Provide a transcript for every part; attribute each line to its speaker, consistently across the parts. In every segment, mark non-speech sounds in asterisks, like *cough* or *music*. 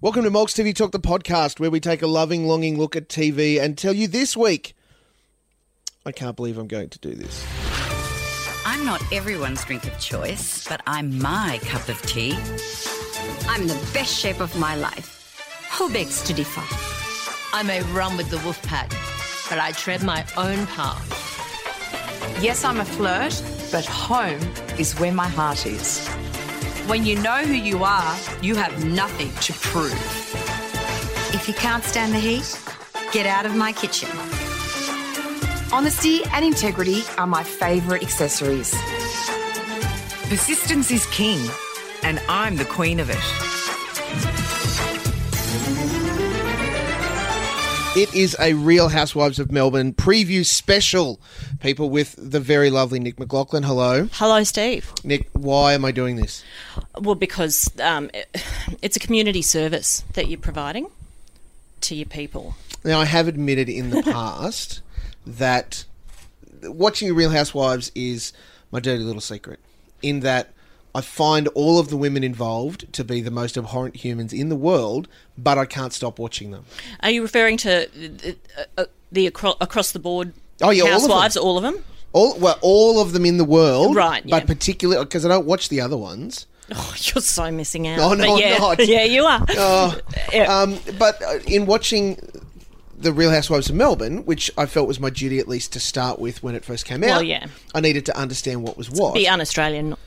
Speaker 1: Welcome to Mulks TV Talk, the podcast where we take a loving, longing look at TV and tell you this week. I can't believe I'm going to do this.
Speaker 2: I'm not everyone's drink of choice, but I'm my cup of tea.
Speaker 3: I'm in the best shape of my life. Who begs to differ?
Speaker 4: I may run with the wolf pack, but I tread my own path.
Speaker 5: Yes, I'm a flirt, but home is where my heart is. When you know who you are, you have nothing to prove.
Speaker 3: If you can't stand the heat, get out of my kitchen.
Speaker 5: Honesty and integrity are my favourite accessories.
Speaker 6: Persistence is king, and I'm the queen of it.
Speaker 1: It is a Real Housewives of Melbourne preview special. People with the very lovely Nick McLaughlin. Hello.
Speaker 7: Hello, Steve.
Speaker 1: Nick, why am I doing this?
Speaker 7: Well, because um, *sighs* it- it's a community service that you're providing to your people.
Speaker 1: Now, I have admitted in the past that watching Real Housewives is my dirty little secret, in that I find all of the women involved to be the most abhorrent humans in the world, but I can't stop watching them.
Speaker 7: Are you referring to the, uh, the acro- across the board
Speaker 1: Oh, yeah, all of them.
Speaker 7: housewives, all of them? *laughs*
Speaker 1: All well, all of them in the world,
Speaker 7: Right,
Speaker 1: But
Speaker 7: yeah.
Speaker 1: particularly because I don't watch the other ones.
Speaker 7: Oh, you're so missing out.
Speaker 1: Oh, no,
Speaker 7: But
Speaker 1: I'm
Speaker 7: yeah,
Speaker 1: not.
Speaker 7: *laughs* Yeah, you are. *laughs* Yeah.
Speaker 1: Um, but uh, in watching the Real Housewives of Melbourne, which I felt was my duty at least to start with when it first came out,
Speaker 7: Well, yeah.
Speaker 1: I needed to understand what was what.
Speaker 7: Be un-Australian not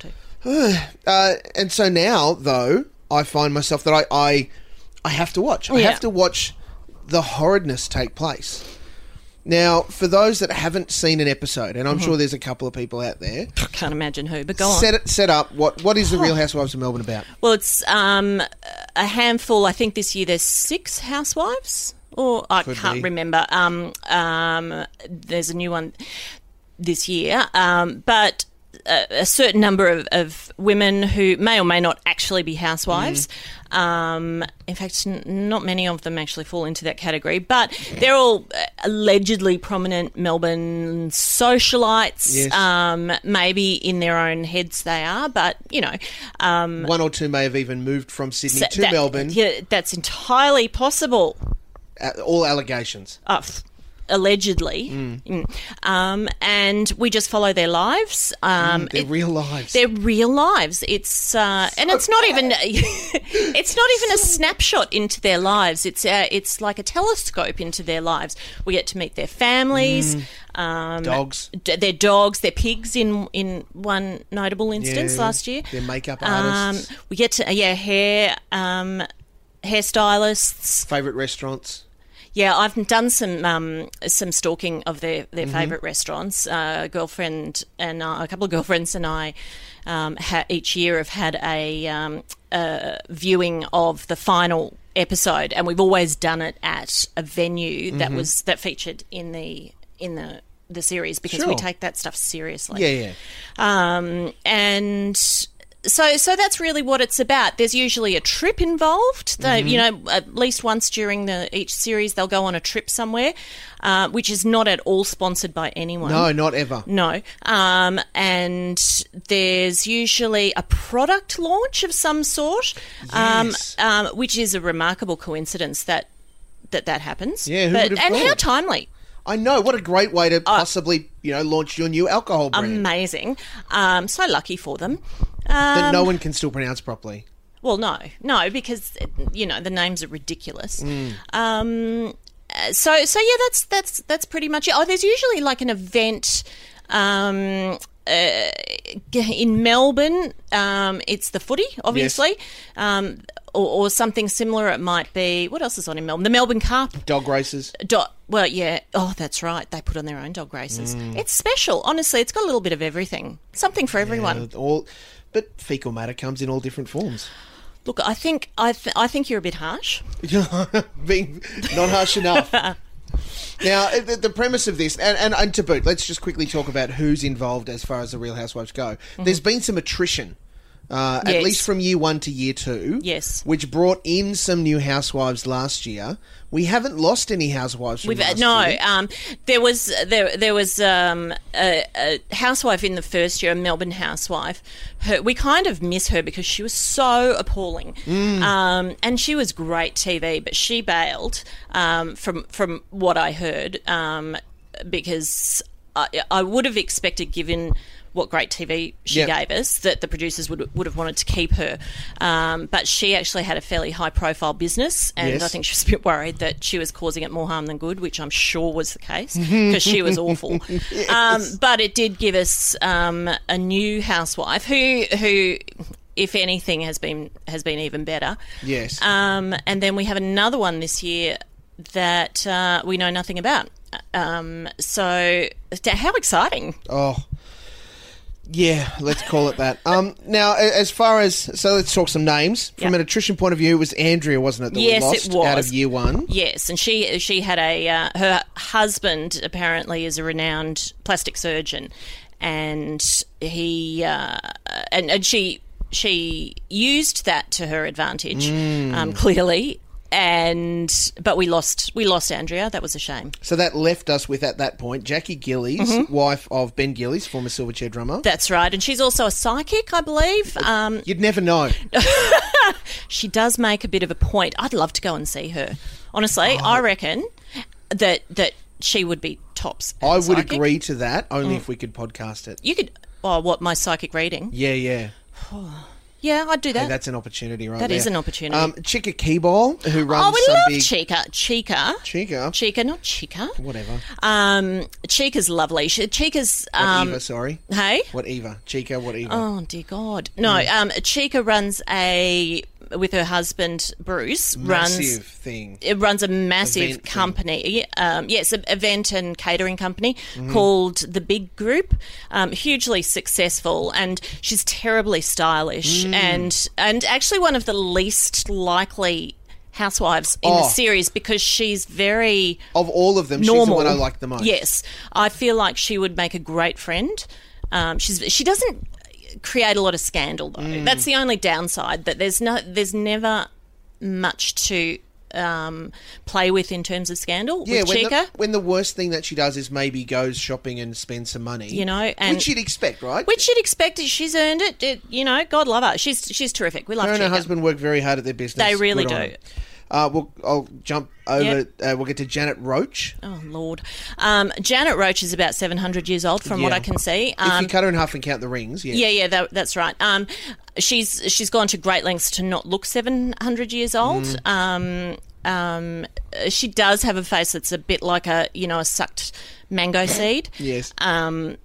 Speaker 7: to.
Speaker 1: Uh, and so now, though, I find myself that I I, I have to watch. I
Speaker 7: Yeah.
Speaker 1: have to watch the horridness take place. Now, for those that haven't seen an episode, and I'm sure there's a couple of people out there,
Speaker 7: I can't imagine who, but go Mm-hmm. on. Oh.
Speaker 1: set it, set up what what is the Real Housewives of Melbourne about?
Speaker 7: Well, it's um, a handful. I think this year there's six housewives, or I
Speaker 1: Could
Speaker 7: can't
Speaker 1: be.
Speaker 7: remember. Um, um, there's a new one this year, um, but a, a certain number of, of women who may or may not actually be housewives.
Speaker 1: Mm.
Speaker 7: Um, in fact, n- not many of them actually fall into that category, but they're all uh, allegedly prominent Melbourne socialites.
Speaker 1: Yes.
Speaker 7: Um, maybe in their own heads they are, but you know. Um,
Speaker 1: One or two may have even moved from Sydney
Speaker 7: Th-
Speaker 1: to
Speaker 7: that-
Speaker 1: Melbourne.
Speaker 7: Yeah, that's entirely possible.
Speaker 1: uh, All allegations.
Speaker 7: Uh, f- allegedly,
Speaker 1: Hmm.
Speaker 7: Mm. Um, and we just follow their lives. Um,
Speaker 1: They're
Speaker 7: it-
Speaker 1: Hmm, real lives.
Speaker 7: their real lives. It's uh, and it's not even *laughs* it's not even a snapshot into their lives. It's uh, it's like a telescope into their lives. We get to meet their families, um,
Speaker 1: Dogs.
Speaker 7: d- their dogs, their pigs. In in one notable instance
Speaker 1: Yeah.
Speaker 7: last year,
Speaker 1: Their makeup
Speaker 7: Um,
Speaker 1: artists.
Speaker 7: we get to yeah hair um, hairstylists.
Speaker 1: Favorite restaurants.
Speaker 7: Yeah, I've done some um, some stalking of their, their favourite restaurants. Uh, a girlfriend and uh, a couple of girlfriends and I um, ha- each year have had a, um, a viewing of the final episode, and we've always done it at a venue that was that featured in the in the the series because we
Speaker 1: Sure.
Speaker 7: take that stuff seriously
Speaker 1: Yeah, yeah.
Speaker 7: um, and so so that's really what it's about. There's usually a trip involved. They,
Speaker 1: Mm-hmm.
Speaker 7: You know, at least once during the each series, they'll go on a trip somewhere, uh, which is not at all sponsored by anyone.
Speaker 1: No, not ever.
Speaker 7: No. Um, and there's usually a product launch of some sort, um,
Speaker 1: Yes.
Speaker 7: um, which is a remarkable coincidence that that, that happens.
Speaker 1: Yeah, who
Speaker 7: but,
Speaker 1: would have
Speaker 7: And how
Speaker 1: thought?
Speaker 7: timely.
Speaker 1: I know. What a great way
Speaker 7: uh,
Speaker 1: to possibly, you know, launch your new alcohol brand
Speaker 7: Amazing. Um, so lucky for them.
Speaker 1: that
Speaker 7: um,
Speaker 1: no one can still pronounce properly.
Speaker 7: Well, no, no, because you know the names are ridiculous. Um, uh, so, so yeah, that's that's that's pretty much it. Oh, there's usually like an event. Um, uh, g- in Melbourne, um, it's the footy, obviously, um, or, or something similar. It might be what else is on in Melbourne? The Melbourne Cup.
Speaker 1: Dog races.
Speaker 7: Dot. Well, yeah. Oh, that's right. They put on their own dog races. It's special, honestly. It's got a little bit of everything, something for everyone.
Speaker 1: Uh, all, but fecal matter comes in all different forms.
Speaker 7: Look, I think I, th- I think you're a bit harsh.
Speaker 1: *laughs* Being not harsh
Speaker 7: *laughs*
Speaker 1: enough. now, uh, the, the premise of this, and, and, and to boot, let's just quickly talk about who's involved as far as the Real Housewives go. There's been some attrition uh, at
Speaker 7: Mm-hmm. Yes.
Speaker 1: least from year one to year two.
Speaker 7: Yes.
Speaker 1: Which brought in some new housewives last year. We haven't lost any housewives from
Speaker 7: We've, uh,
Speaker 1: last
Speaker 7: no,
Speaker 1: year.
Speaker 7: um, there was there there was um, a, a housewife in the first year, a Melbourne housewife. Her, we kind of miss her because she was so appalling,
Speaker 1: Mm.
Speaker 7: um, and she was great TV, but she bailed um, from from what I heard um, because I, I would have expected given. What great TV she
Speaker 1: Yeah.
Speaker 7: gave us that the producers would would have wanted to keep her, um, but she actually had a fairly high profile business, and
Speaker 1: Yes.
Speaker 7: I think she was a bit worried that she was causing it more harm than good, which I'm sure was the case because she was awful. um, but it did give us um, a new housewife who, who, if anything, has been has been even better.
Speaker 1: Yes.
Speaker 7: Um, and then we have another one this year that uh, we know nothing about. Um, so d- how exciting!
Speaker 1: Oh, yeah. Let's call it that. Um, now, a- as far as so, let's talk some names from
Speaker 7: Yeah.
Speaker 1: an attrition point of view. It was Andrea, wasn't it? That
Speaker 7: Yes,
Speaker 1: we
Speaker 7: it
Speaker 1: lost out of
Speaker 7: was.
Speaker 1: year one.
Speaker 7: Yes, and she she had a uh, her husband apparently is a renowned plastic surgeon, and he uh, and and she she used that to her advantage
Speaker 1: Mm.
Speaker 7: um, clearly, and but we lost we lost Andrea. That was a shame.
Speaker 1: So that left us with at that point Jackie Gillies,
Speaker 7: Mm-hmm.
Speaker 1: wife of Ben Gillies, former Silverchair drummer.
Speaker 7: That's right, and she's also a psychic, I believe. Um,
Speaker 1: You'd never
Speaker 7: *laughs*
Speaker 1: know.
Speaker 7: she does make a bit of a point. I'd love to go and see her. Honestly,
Speaker 1: Oh.
Speaker 7: I reckon that that she would be tops. as a
Speaker 1: I would
Speaker 7: psychic.
Speaker 1: agree to that only
Speaker 7: Mm.
Speaker 1: if we could podcast it.
Speaker 7: You could. Oh, what my psychic reading?
Speaker 1: Yeah, yeah.
Speaker 7: Yeah, I'd do that.
Speaker 1: Hey, that's an opportunity, right?
Speaker 7: Uh, That
Speaker 1: That is
Speaker 7: is an opportunity.
Speaker 1: Um, Chica Keyball, who runs
Speaker 7: oh, we
Speaker 1: some
Speaker 7: love
Speaker 1: big
Speaker 7: Chica. Chica.
Speaker 1: Chica,
Speaker 7: Chica, not Chica.
Speaker 1: whatever.
Speaker 7: Um, Chica's lovely. She, Chica's. Um,
Speaker 1: Eva, sorry.
Speaker 7: hey.
Speaker 1: What Mm. Eva? Chica, what Eva?
Speaker 7: Oh dear God. No. Um, Chica runs a with her husband Bruce
Speaker 1: Massive
Speaker 7: runs.
Speaker 1: thing.
Speaker 7: It runs a massive
Speaker 1: Event thing.
Speaker 7: company, um, yes, an event and catering company called The Big Group. Um, hugely successful, and she's terribly stylish,
Speaker 1: Mm.
Speaker 7: and and actually one of the least likely housewives in the
Speaker 1: Oh.
Speaker 7: series because she's very
Speaker 1: Of all of them,
Speaker 7: normal.
Speaker 1: she's the one I like the most.
Speaker 7: Yes, I feel like she would make a great friend. Um, she's she doesn't create a lot of scandal though.
Speaker 1: Mm.
Speaker 7: That's the only downside. That there's no there's never much to um, play with in terms of scandal
Speaker 1: Yeah,
Speaker 7: with
Speaker 1: when
Speaker 7: Chica.
Speaker 1: the, when the worst thing that she does is maybe goes shopping and spends some money.
Speaker 7: You know, and-
Speaker 1: which you'd expect, right?
Speaker 7: which you'd expect. She's earned it. it- You know, God love her. She's she's terrific. We love
Speaker 1: her and her
Speaker 7: Chica.
Speaker 1: husband work very hard at their business.
Speaker 7: They really
Speaker 1: Good on
Speaker 7: do.
Speaker 1: them. Uh, we'll, I'll jump over. Uh, we'll get to Janet Roach.
Speaker 7: Oh Lord, um, Janet Roach is about seven hundred years old, from what
Speaker 1: Yeah.
Speaker 7: I can see.
Speaker 1: if
Speaker 7: Um,
Speaker 1: you cut her in half and count the rings, yeah.
Speaker 7: Yeah, yeah, that, that's right. Um, she's she's gone to great lengths to not look seven hundred years old.
Speaker 1: Mm.
Speaker 7: Um, um, uh, she does have a face that's a bit like a you know a sucked mango seed.
Speaker 1: Yes.
Speaker 7: Um,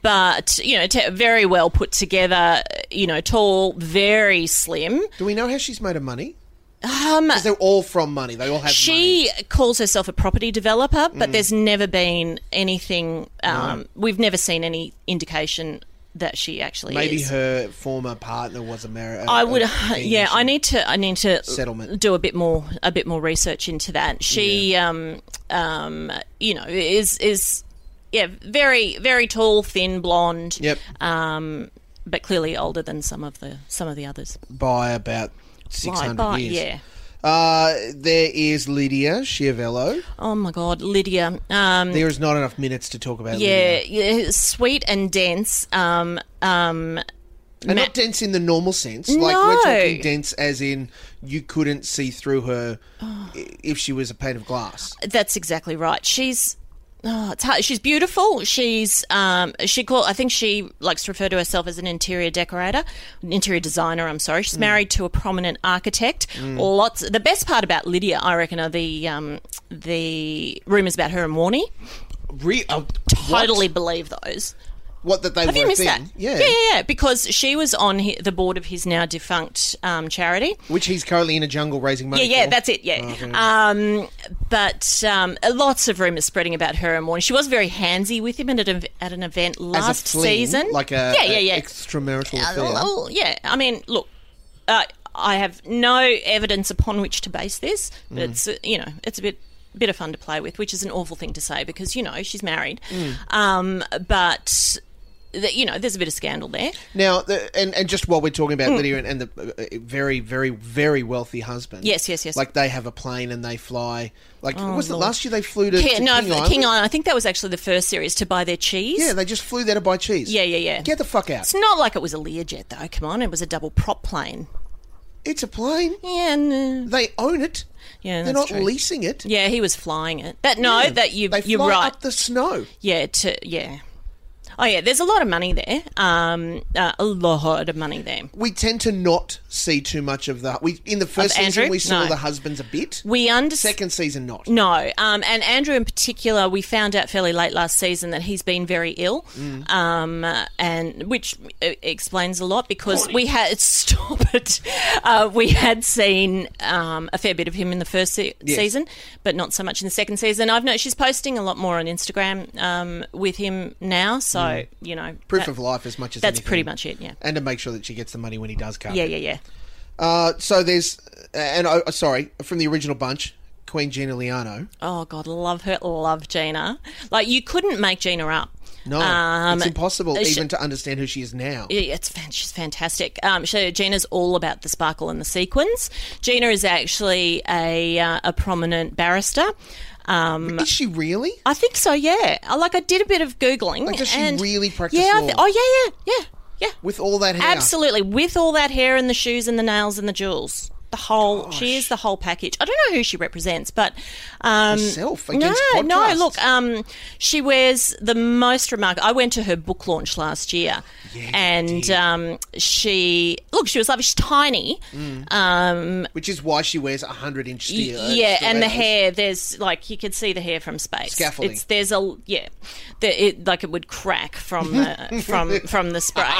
Speaker 7: but you know, t- very well put together. You know, tall, very slim.
Speaker 1: Do we know how she's made her money? Um, they're all from money. They all have money. Mm.
Speaker 7: She calls herself a property developer, but there's never been anything. Um, We've never seen any indication that she actually
Speaker 1: Maybe
Speaker 7: is.
Speaker 1: her former partner was a married.
Speaker 7: I would, yeah. I need to. I need to
Speaker 1: Settlement.
Speaker 7: Do a bit more, a bit more research into that. She, um, um, you know, is is yeah, very very tall, thin, blonde.
Speaker 1: Yep.
Speaker 7: Um, but clearly older than some of the some of the others.
Speaker 1: by about six
Speaker 7: Right,
Speaker 1: hundred
Speaker 7: but-
Speaker 1: years.
Speaker 7: yeah.
Speaker 1: Uh, there is Lydia Schiavello.
Speaker 7: Oh my God, Lydia. Um,
Speaker 1: There is not enough minutes to talk about.
Speaker 7: yeah,
Speaker 1: Lydia.
Speaker 7: yeah, sweet and dense. Um, um,
Speaker 1: and not dense in the normal sense. Like we're talking
Speaker 7: No.
Speaker 1: dense as in you couldn't see through her i- if she was a pane of glass.
Speaker 7: That's exactly right. She's oh, it's hard. she's beautiful. She's um she call I think she likes to refer to herself as an interior decorator, an interior designer, I'm sorry.
Speaker 1: Mm.
Speaker 7: She's married to a prominent architect. Lots the best part about Lydia, I reckon, are the um the rumors about her and Warney.
Speaker 1: Re- oh,
Speaker 7: uh, Totally
Speaker 1: What,
Speaker 7: believe those.
Speaker 1: What, that they
Speaker 7: Have
Speaker 1: were
Speaker 7: you
Speaker 1: a
Speaker 7: missed
Speaker 1: thing.
Speaker 7: that?
Speaker 1: Yeah.
Speaker 7: yeah, yeah. Because she was on hi the board of his now defunct um, charity.
Speaker 1: Which he's currently in a jungle raising money.
Speaker 7: Yeah, yeah,
Speaker 1: for.
Speaker 7: that's it.
Speaker 1: Oh,
Speaker 7: Yeah, um, but um, lots of rumours spreading about her and Warner. She was very handsy with him at an, ev- at an event
Speaker 1: As a
Speaker 7: last
Speaker 1: fling,
Speaker 7: season,
Speaker 1: like a
Speaker 7: yeah, yeah, yeah.
Speaker 1: a extramarital
Speaker 7: Uh,
Speaker 1: affair.
Speaker 7: well, yeah, I mean, look, uh, I have no evidence upon which to base this, but
Speaker 1: Mm.
Speaker 7: it's uh, you know, it's a bit bit of fun
Speaker 1: Mm.
Speaker 7: to play with, which is an awful thing to say because you know she's married, um, but. th- you know, there's a bit of scandal there.
Speaker 1: Now, the, and and just while we're talking about
Speaker 7: Mm.
Speaker 1: Lydia and, and the uh, uh, very, very, very wealthy husband.
Speaker 7: Yes, yes, yes.
Speaker 1: Like they have a plane and they fly. Like was it last year they flew to,
Speaker 7: Yeah,
Speaker 1: to
Speaker 7: no,
Speaker 1: King, Island?
Speaker 7: King Island. I think that was actually the first series to buy their cheese.
Speaker 1: Yeah, they just flew there to buy cheese.
Speaker 7: yeah, yeah, yeah.
Speaker 1: Get the fuck out!
Speaker 7: It's not like it was a Learjet though. Come on, it was a double prop plane.
Speaker 1: It's a plane.
Speaker 7: Yeah, no.
Speaker 1: They own it.
Speaker 7: Yeah,
Speaker 1: they're
Speaker 7: that's
Speaker 1: not
Speaker 7: true.
Speaker 1: leasing it.
Speaker 7: yeah, he was flying it. That no, that you
Speaker 1: They
Speaker 7: you're
Speaker 1: fly
Speaker 7: right.
Speaker 1: up the snow.
Speaker 7: yeah, to yeah. Oh yeah, there's a lot of money there. Um, uh, a lot of money there.
Speaker 1: We tend to not see too much of the. We in the first
Speaker 7: Of
Speaker 1: season
Speaker 7: Andrew?
Speaker 1: we saw
Speaker 7: No.
Speaker 1: the husbands a bit.
Speaker 7: We understand.
Speaker 1: Second season not.
Speaker 7: No, um, and Andrew in particular, we found out fairly late last season that he's been very ill,
Speaker 1: Mm.
Speaker 7: um, uh, and which uh, explains a lot because we had *laughs* stop it. Uh, we had seen um, a fair bit of him in the first se- season, but not so much in the second season. I've noticed she's posting a lot more on Instagram um, with him now, so you know
Speaker 1: Mm. Proof
Speaker 7: that-
Speaker 1: of life as much as
Speaker 7: That's
Speaker 1: anything.
Speaker 7: pretty much it. Yeah,
Speaker 1: And to make sure that she gets the money when he does come.
Speaker 7: yeah, yeah, yeah.
Speaker 1: Uh, so there's, uh, and I, sorry, from the original bunch, Queen Gina Liano.
Speaker 7: Oh God, love her, love Gina. Like you couldn't make Gina up.
Speaker 1: No,
Speaker 7: Um,
Speaker 1: it's impossible
Speaker 7: uh, she-
Speaker 1: even to understand who she is now.
Speaker 7: Yeah, it's fan- she's fantastic. Um, so Gina's all about the sparkle and the sequins. Gina is actually a uh, a prominent barrister. Um,
Speaker 1: is she really?
Speaker 7: I think so. Yeah, I, like I did a bit of googling.
Speaker 1: Like, does she
Speaker 7: and-
Speaker 1: really practice
Speaker 7: Yeah. I
Speaker 1: law?
Speaker 7: thi- oh yeah, yeah, yeah, yeah.
Speaker 1: With all that hair,
Speaker 7: Absolutely, with all that hair and the shoes and the nails and the jewels. The whole she is the whole package. I don't know who she represents, but um,
Speaker 1: Herself
Speaker 7: no,
Speaker 1: against
Speaker 7: no.
Speaker 1: podcasts.
Speaker 7: Look, um, she wears the most remarkable. I went to her book launch last year, and um, she look she was lovely. She's tiny,
Speaker 1: which is why she wears a hundred inch steel. uh,
Speaker 7: yeah, and the
Speaker 1: stilettos.
Speaker 7: hair. There's like you could see the hair from space.
Speaker 1: Scaffolding.
Speaker 7: It's there's a yeah, the, it like it would crack from *laughs* the from from the spray.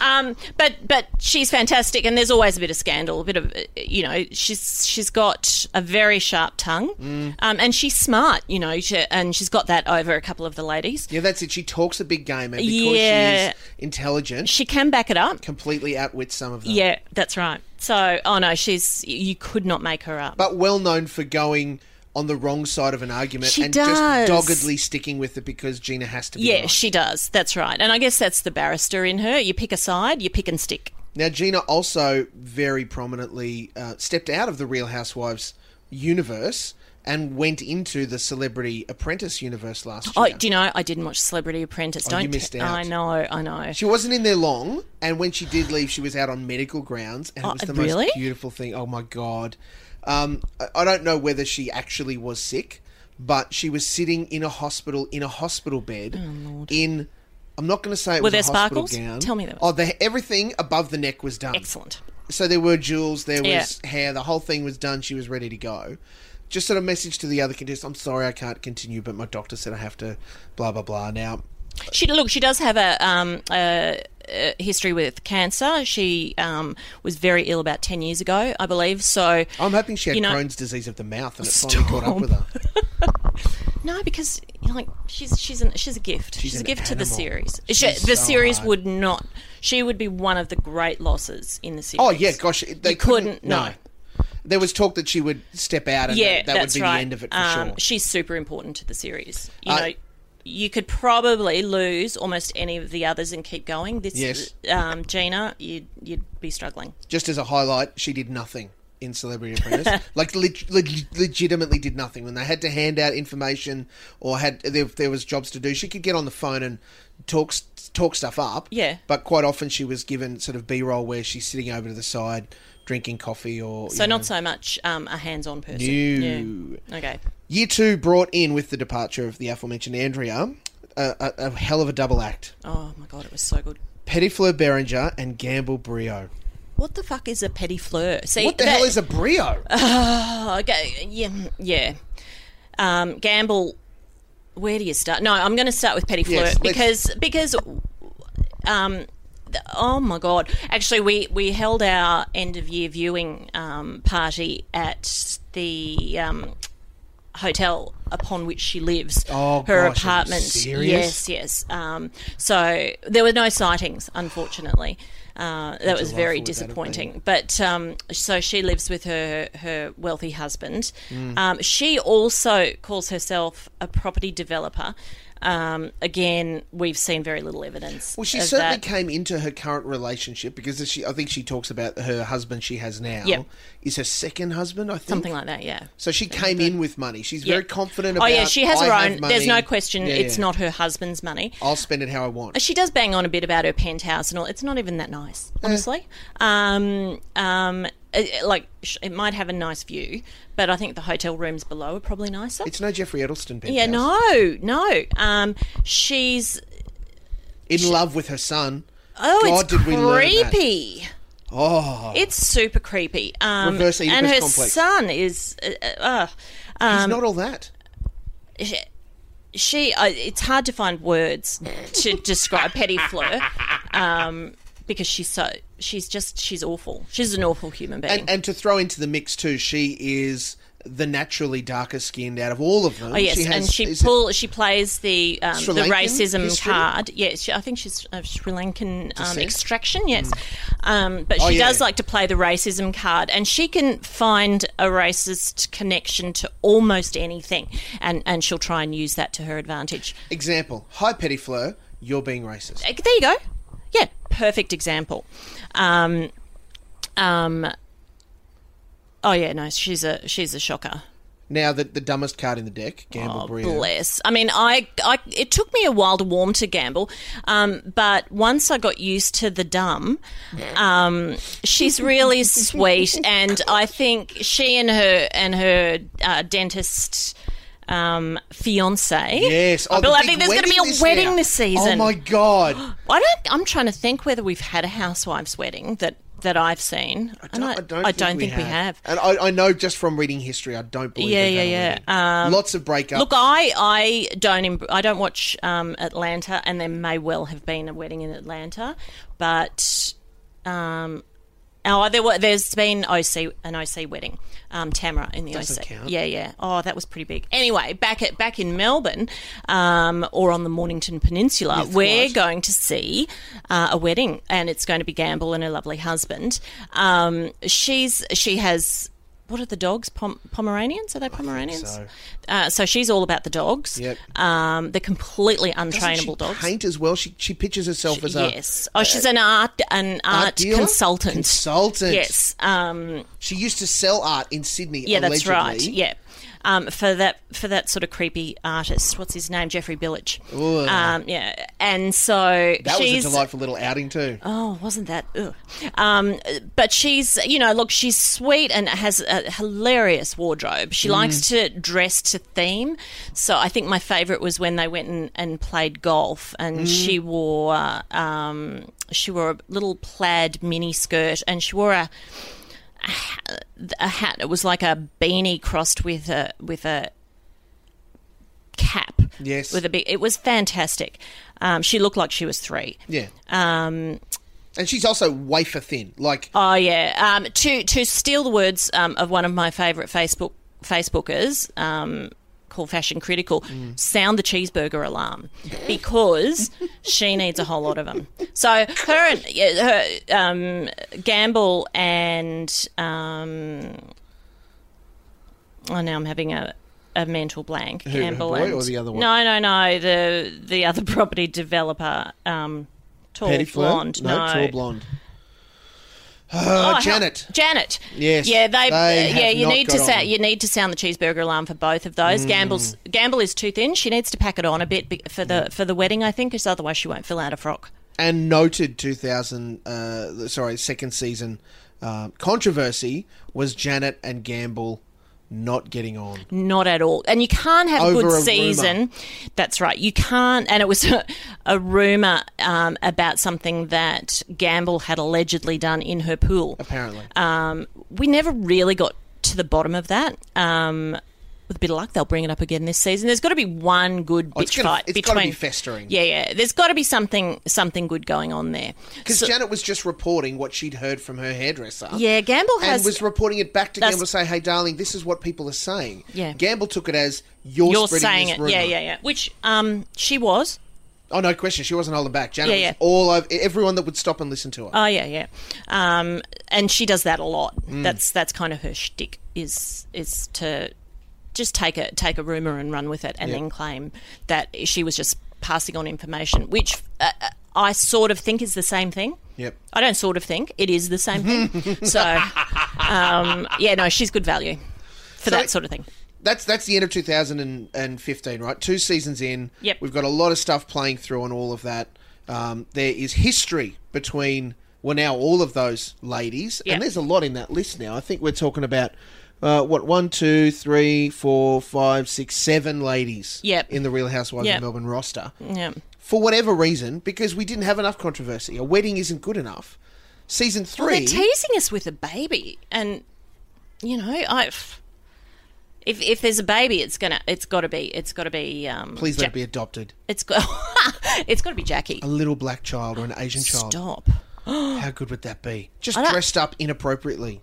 Speaker 7: Um, but but she's fantastic, and there's always a bit of scandal, a bit of uh, you know she's she's got a very sharp tongue, um, and she's smart, you know, she, and she's got that over a couple of the ladies.
Speaker 1: Yeah, that's it. She talks a big game, and because she
Speaker 7: Yeah.
Speaker 1: is intelligent, she
Speaker 7: She can back it up.
Speaker 1: completely outwits some of them.
Speaker 7: Yeah, that's right. So oh no, she's you could not make her up.
Speaker 1: but well known for going on the wrong side of an argument
Speaker 7: She
Speaker 1: and
Speaker 7: does.
Speaker 1: just doggedly sticking with it because Gina has to be.
Speaker 7: yeah,
Speaker 1: right.
Speaker 7: she does. That's right. And I guess that's the barrister in her. You pick a side, you pick and stick.
Speaker 1: Now, Gina also very prominently uh, stepped out of the Real Housewives universe and went into the Celebrity Apprentice universe last
Speaker 7: Oh,
Speaker 1: year.
Speaker 7: do you know? I didn't watch Celebrity Apprentice.
Speaker 1: Oh,
Speaker 7: Don't
Speaker 1: you missed out.
Speaker 7: I know. I know.
Speaker 1: she wasn't in there long, and when she did leave, she was out on medical grounds, and it
Speaker 7: Oh,
Speaker 1: was the
Speaker 7: really?
Speaker 1: most beautiful thing. Oh my god! Um, I, I don't know whether she actually was sick, but she was sitting in a hospital in a hospital bed in. I'm not going to say it
Speaker 7: Oh, Were
Speaker 1: was
Speaker 7: there
Speaker 1: a hospital
Speaker 7: sparkles?
Speaker 1: gown.
Speaker 7: Tell me there
Speaker 1: Oh, the, everything above the neck was done.
Speaker 7: Excellent.
Speaker 1: so there were jewels, there
Speaker 7: Yeah.
Speaker 1: was hair, the whole thing was done. She was ready to go. Just sort of message to the other contestants: I'm sorry, I can't continue, but my doctor said I have to. Blah blah blah. Now,
Speaker 7: She look. She does have a um a, a history with cancer. She um was very ill about ten years ago, I believe. So
Speaker 1: I'm hoping she had
Speaker 7: You know-
Speaker 1: Crohn's disease of the mouth, and it finally caught up
Speaker 7: Stop.
Speaker 1: with her.
Speaker 7: no, because you know, like she's she's an, she's a gift. She's, a
Speaker 1: an
Speaker 7: gift to the
Speaker 1: animal.
Speaker 7: series.
Speaker 1: She's
Speaker 7: She- the
Speaker 1: so
Speaker 7: series
Speaker 1: hard.
Speaker 7: would not. She would be one of the great losses in the series.
Speaker 1: Oh yeah, gosh, it- they
Speaker 7: You couldn't- no.
Speaker 1: There was talk that she would step out, and
Speaker 7: yeah,
Speaker 1: that, that
Speaker 7: that's
Speaker 1: would be
Speaker 7: right.
Speaker 1: the end of it for
Speaker 7: um,
Speaker 1: sure.
Speaker 7: She's super important to the series. You
Speaker 1: Uh,
Speaker 7: know, you could probably lose almost any of the others and keep going. This,
Speaker 1: Yes.
Speaker 7: um, Gina, you'd you'd be struggling.
Speaker 1: Just as a highlight, she did nothing in
Speaker 7: *laughs*
Speaker 1: Celebrity Apprentice. like leg- leg- legitimately did nothing. When they had to hand out information or had there, there was jobs to do, she could get on the phone and talk s- talk stuff up.
Speaker 7: Yeah.
Speaker 1: but quite often she was given sort of B roll where she's sitting over to the side drinking coffee or
Speaker 7: So
Speaker 1: you know.
Speaker 7: not so much um, a hands-on person.
Speaker 1: No.
Speaker 7: Yeah. Okay.
Speaker 1: Year two brought in with the departure of the aforementioned Andrea a, a, a hell of a double act.
Speaker 7: Oh my god, it was so good.
Speaker 1: Pettifleur Berenger and Gamble Brio.
Speaker 7: What the fuck is a petty fleur? See,
Speaker 1: What the
Speaker 7: that-
Speaker 1: hell is a
Speaker 7: *laughs*
Speaker 1: Brio?
Speaker 7: Oh, okay. Yeah, yeah. Um, gamble. Where do you start? No, I'm going to start with petty fleur
Speaker 1: Yes, let's-
Speaker 7: because because um, the- oh my god! Actually, we we held our end of year viewing um, party at the. Um, Hotel upon which she lives,
Speaker 1: Oh,
Speaker 7: her
Speaker 1: gosh, are you
Speaker 7: apartment.
Speaker 1: serious?
Speaker 7: Yes, yes. Um, so there were no sightings, unfortunately. Uh, that was very
Speaker 1: would that have
Speaker 7: disappointing. But um, so she lives with her her wealthy
Speaker 1: Mm.
Speaker 7: husband. Um, she also calls herself a property developer. Um, again, we've seen very little evidence.
Speaker 1: Well, she
Speaker 7: of
Speaker 1: certainly
Speaker 7: that.
Speaker 1: came into her current relationship because she, I think she talks about her husband she has now
Speaker 7: Yep.
Speaker 1: is her second husband, I think.
Speaker 7: something like that. Yeah.
Speaker 1: So she came in with money. She's very
Speaker 7: Yeah.
Speaker 1: confident about
Speaker 7: Oh yeah, she has
Speaker 1: "I
Speaker 7: her
Speaker 1: have
Speaker 7: own. There's
Speaker 1: money."
Speaker 7: no question.
Speaker 1: Yeah,
Speaker 7: It's
Speaker 1: yeah.
Speaker 7: not her husband's money.
Speaker 1: I'll spend it how I want.
Speaker 7: She does bang on a bit about her penthouse and all. It's not even that
Speaker 1: Eh.
Speaker 7: nice, honestly. Um, um, it, it- like sh- it might have a nice view, but I think the hotel rooms below are probably nicer.
Speaker 1: It's no Jeffrey Edelston penthouse.
Speaker 7: yeah, no, no. Um, she's
Speaker 1: In love with her son.
Speaker 7: oh,
Speaker 1: God,
Speaker 7: it's
Speaker 1: did we learn that.
Speaker 7: creepy.
Speaker 1: Oh,
Speaker 7: It's super creepy. Um,
Speaker 1: Reverse Oedipus
Speaker 7: and her
Speaker 1: complex.
Speaker 7: son is. Uh, uh,
Speaker 1: he's not all that.
Speaker 7: she, she uh, it's hard to find words
Speaker 1: *laughs*
Speaker 7: to describe Petty Fleur um, because she's so she's just she's awful. She's an awful human being.
Speaker 1: And, and to throw into the mix too, she is the naturally darker skinned out of all of them.
Speaker 7: Oh yes,
Speaker 1: she has,
Speaker 7: and she
Speaker 1: is it-
Speaker 7: pull she plays the um,
Speaker 1: Sri
Speaker 7: the
Speaker 1: Lankan
Speaker 7: racism
Speaker 1: history?
Speaker 7: card. Yes, she, I think she's of Sri Lankan um,
Speaker 1: Descent?
Speaker 7: extraction. Yes, um, but
Speaker 1: Oh,
Speaker 7: she
Speaker 1: yeah.
Speaker 7: does like to play the racism card, and she can find a racist connection to almost anything, and and she'll try and use that to her advantage.
Speaker 1: example. Hi, Petty Fleur. You're being racist.
Speaker 7: Like, there you go. Yeah, perfect example. Um, um, oh yeah, no, she's a she's a shocker.
Speaker 1: Now that the dumbest card in the deck, Gamble Burrito.
Speaker 7: Oh, Bless. I mean, I, I it took me a while to warm to gamble, um, but once I got used to the dumb, um,
Speaker 1: *laughs*
Speaker 7: she's really sweet, and I think she and her and her uh, dentist. Um, fiance.
Speaker 1: Yes.
Speaker 7: I,
Speaker 1: Oh, the
Speaker 7: feel- I
Speaker 1: big
Speaker 7: think there's going to be a
Speaker 1: wedding this
Speaker 7: wedding
Speaker 1: now.
Speaker 7: this season.
Speaker 1: Oh my god!
Speaker 7: I don't. I'm trying to think whether we've had a housewives wedding that that I've seen.
Speaker 1: I don't,
Speaker 7: *gasps* And
Speaker 1: I don't,
Speaker 7: think, we have.
Speaker 1: And I, I know just from reading history, I don't believe.
Speaker 7: Yeah,
Speaker 1: they've had
Speaker 7: yeah, Um,
Speaker 1: a wedding. Lots of breakups.
Speaker 7: Look, I I don't imb- I don't watch um, Atlanta, and there may well have been a wedding in Atlanta, but um, oh, there were, there's been OC an OC wedding, um, Tamara in the
Speaker 1: Doesn't
Speaker 7: OC.
Speaker 1: count.
Speaker 7: Yeah, yeah. Oh, that was pretty big. Anyway, back at back in Melbourne, um, or on the Mornington Peninsula, we're
Speaker 1: right.
Speaker 7: going to see uh, a wedding, and it's going to be Gamble and her lovely husband. Um, she's she has. What are the dogs? Pom- Pomeranians? Are they Pomeranians?
Speaker 1: so.
Speaker 7: Uh, so she's all about the dogs.
Speaker 1: Yep.
Speaker 7: Um, they're completely
Speaker 1: Doesn't
Speaker 7: untrainable
Speaker 1: she
Speaker 7: dogs.
Speaker 1: Paint as well. She she pictures herself as a
Speaker 7: yes. Oh, she's an art an art,
Speaker 1: art dealer?
Speaker 7: consultant.
Speaker 1: Consultant.
Speaker 7: Yes. Um,
Speaker 1: She used to sell art in Sydney.
Speaker 7: yeah, that's
Speaker 1: allegedly.
Speaker 7: right. Yeah. Um, for that for that sort of creepy artist, what's his name? Jeffrey Billage.
Speaker 1: Ugh.
Speaker 7: Um, yeah. And so
Speaker 1: That
Speaker 7: she's
Speaker 1: was a delightful little outing too.
Speaker 7: Oh, wasn't that? Ugh. Um, but she's, you know, look, she's sweet and has a hilarious wardrobe. She likes to dress to theme. So I think my favourite was when they went and, and played golf, and she wore um, she wore a little plaid mini skirt, and she wore a a hat. It was like a beanie crossed with a with a cap.
Speaker 1: Yes.
Speaker 7: with a big. It was fantastic. Um, she looked like she was three.
Speaker 1: yeah.
Speaker 7: Um,
Speaker 1: And she's also wafer thin. Like
Speaker 7: Oh yeah. Um, to to steal the words um, of one of my favourite Facebook Facebookers. Um, called fashion critical
Speaker 1: Mm.
Speaker 7: sound the cheeseburger alarm because she needs a whole lot of them so her and yeah, her um, gamble and um oh now i'm having a a mental blank
Speaker 1: her
Speaker 7: gamble
Speaker 1: boy
Speaker 7: and,
Speaker 1: or the other one?
Speaker 7: no no no the the other *laughs* property developer um tall
Speaker 1: Petty Fleur?
Speaker 7: blonde
Speaker 1: No, tall blonde. *sighs* Uh,
Speaker 7: Oh,
Speaker 1: Janet.
Speaker 7: hell- Janet.
Speaker 1: Yes,
Speaker 7: Yeah, they. uh,
Speaker 1: they
Speaker 7: yeah,
Speaker 1: have
Speaker 7: you
Speaker 1: not
Speaker 7: need to
Speaker 1: got on. Mm.
Speaker 7: sound. You need to sound the cheeseburger alarm for both of those. Gamble's Gamble is too thin. She needs to pack it on a bit be- for the for the wedding, I think, because otherwise she won't fill out a frock.
Speaker 1: and noted 2000 uh, sorry second season uh, controversy was janet and gamble not getting on
Speaker 7: Not at all. And you can't have
Speaker 1: Over
Speaker 7: a
Speaker 1: a
Speaker 7: good season.
Speaker 1: rumour.
Speaker 7: That's right. You can't. And it was *laughs* a, a rumor um, about something that Gamble had allegedly done in her pool.
Speaker 1: apparently
Speaker 7: Um, we never really got to the bottom of that. Um, with a bit of luck, they'll bring it up again this season. There's got to be one good bitch
Speaker 1: Oh, it's gonna-
Speaker 7: fight
Speaker 1: it's gotta
Speaker 7: between.
Speaker 1: be festering.
Speaker 7: Yeah, yeah. There's got to be something something good going on there.
Speaker 1: because janet was just reporting what she'd heard from her hairdresser
Speaker 7: Yeah, Gamble
Speaker 1: and
Speaker 7: has.
Speaker 1: was reporting it back to
Speaker 7: That's-
Speaker 1: Gamble to say, "Hey, darling, this is what people are saying."
Speaker 7: Yeah.
Speaker 1: Gamble took it as you're,
Speaker 7: you're
Speaker 1: spreading
Speaker 7: saying
Speaker 1: this
Speaker 7: it.
Speaker 1: rumor.
Speaker 7: Yeah, yeah, yeah. Which um, she was.
Speaker 1: Oh no, question. She wasn't holding back. Janet
Speaker 7: Yeah,
Speaker 1: was
Speaker 7: yeah.
Speaker 1: all over everyone that would stop and listen to her.
Speaker 7: Oh yeah, yeah. Um,
Speaker 1: Mm.
Speaker 7: and she does that a lot. That's that's kind of her shtick is is to just take a take a rumor and run with it, and then claim that she was just passing on information, which uh, uh, I sort of think is the same thing.
Speaker 1: Yep.
Speaker 7: I don't sort of think it is the same
Speaker 1: *laughs*
Speaker 7: thing. so, um, yeah, no, she's good value
Speaker 1: So-
Speaker 7: for that sort of thing.
Speaker 1: That's that's the end of 2015, right? Two seasons in.
Speaker 7: Yep.
Speaker 1: We've got a lot of stuff playing through on all of that. Um, there is history between well now all of those ladies,
Speaker 7: Yep.
Speaker 1: and there's a lot in that list now. I think we're talking about uh, what one, two, three, four, five, six, seven ladies.
Speaker 7: Yep.
Speaker 1: In the Real Housewives
Speaker 7: Yep.
Speaker 1: of Melbourne roster.
Speaker 7: Yeah.
Speaker 1: For whatever reason, because we didn't have enough controversy. A wedding isn't good enough. Season three.
Speaker 7: They're teasing us with a baby, and you know, I if if there's a baby, it's gonna it's got to be it's got to be um,
Speaker 1: please
Speaker 7: Ja-
Speaker 1: let it be adopted.
Speaker 7: it's got *laughs* it's got to be Jackie.
Speaker 1: A little black child or an
Speaker 7: *gasps*
Speaker 1: Asian child.
Speaker 7: Stop.
Speaker 1: How good would that be? Just
Speaker 7: don't-
Speaker 1: dressed up inappropriately.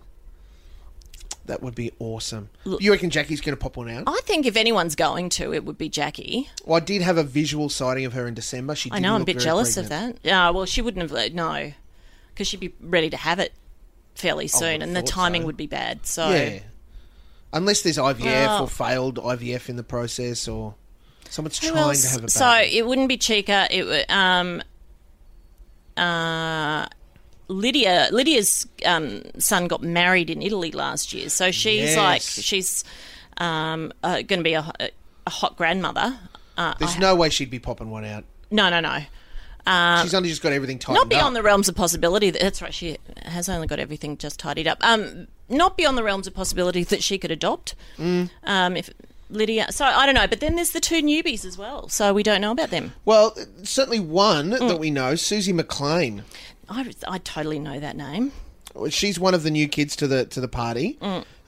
Speaker 1: That would be awesome. you reckon Jackie's going to pop one out?
Speaker 7: I think if anyone's going to, it would be Jackie.
Speaker 1: well, I did have a visual sighting of her in December. She.
Speaker 7: I
Speaker 1: didn't
Speaker 7: know I'm a
Speaker 1: look
Speaker 7: bit
Speaker 1: very
Speaker 7: jealous
Speaker 1: pregnant.
Speaker 7: of that. Yeah, well, she wouldn't have let- no, because she'd be ready to have it fairly soon,
Speaker 1: have
Speaker 7: and the
Speaker 1: Oh, thought
Speaker 7: timing
Speaker 1: so.
Speaker 7: would be bad. So
Speaker 1: Yeah. Unless there's IVF
Speaker 7: Well-
Speaker 1: or failed IVF in the process, or someone's
Speaker 7: Who
Speaker 1: trying
Speaker 7: else?
Speaker 1: to have a baby.
Speaker 7: So it wouldn't be Chica. It would. Um, uh, Lydia. Lydia's um, son got married in Italy last year, so she's
Speaker 1: Yes.
Speaker 7: like she's um, uh, going to be a, ho- a hot grandmother. Uh,
Speaker 1: there's no way she'd be popping one out.
Speaker 7: no, no, no.
Speaker 1: She's only just got everything tightened
Speaker 7: Uh, Not beyond
Speaker 1: up.
Speaker 7: the realms of possibility. That, that's right. She has only got everything just tidied up. Um, not beyond the realms of possibility that she could adopt.
Speaker 1: Mm.
Speaker 7: Um, if Lydia. So I don't know. But then there's the two newbies as well. So we don't know about them.
Speaker 1: Well, certainly one
Speaker 7: Mm.
Speaker 1: that we know, Susie McLean.
Speaker 7: I, I totally know that name.
Speaker 1: She's one of the new kids to the to the party.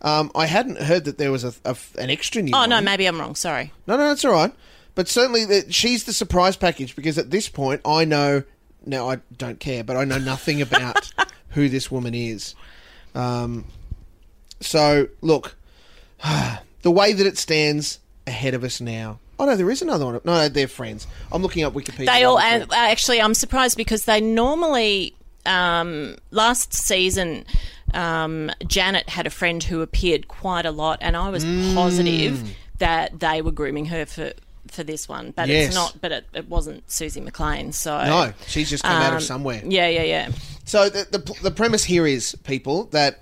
Speaker 1: Um, I hadn't heard that there was a, a- an extra new.
Speaker 7: Oh no,
Speaker 1: one.
Speaker 7: maybe I'm wrong. Sorry.
Speaker 1: No, no, that's all right. But certainly, that she's the surprise package because at this point, I know. Now I don't care, but I know nothing about
Speaker 7: *laughs*
Speaker 1: who this woman is. Um, so look, *sighs* the way that it stands ahead of us now. Oh no, there is another one. No, they're friends. I'm looking up Wikipedia.
Speaker 7: They all
Speaker 1: articles.
Speaker 7: and uh, actually, I'm surprised because they normally um, last season. Um, Janet had a friend who appeared quite a lot, and I was
Speaker 1: Mm.
Speaker 7: positive that they were grooming her for for this one, but
Speaker 1: Yes.
Speaker 7: it's not. But it, it wasn't Susie McLean. So
Speaker 1: No, she's just come out of
Speaker 7: um,
Speaker 1: somewhere.
Speaker 7: Yeah, yeah, yeah.
Speaker 1: So the, the the premise here is people that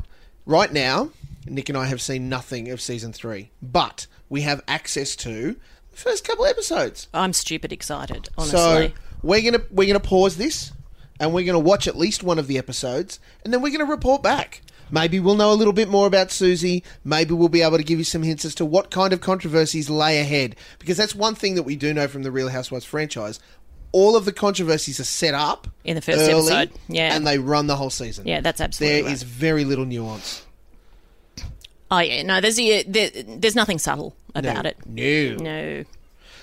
Speaker 1: right now Nick and I have seen nothing of season three, but we have access to the first couple episodes.
Speaker 7: I'm stupid excited, honestly.
Speaker 1: So we're gonna we're gonna pause this, and we're gonna watch at least one of the episodes, and then we're gonna report back. Maybe we'll know a little bit more about Susie. Maybe we'll be able to give you some hints as to what kind of controversies lay ahead, because that's one thing that we do know from the Real Housewives franchise. All of the controversies are set up
Speaker 7: In the first
Speaker 1: early,
Speaker 7: episode, yeah.
Speaker 1: and they run the whole season.
Speaker 7: yeah, that's absolutely
Speaker 1: There
Speaker 7: right.
Speaker 1: is very little nuance
Speaker 7: Oh yeah, no, there's a, there, there's nothing subtle about it.
Speaker 1: No.
Speaker 7: No.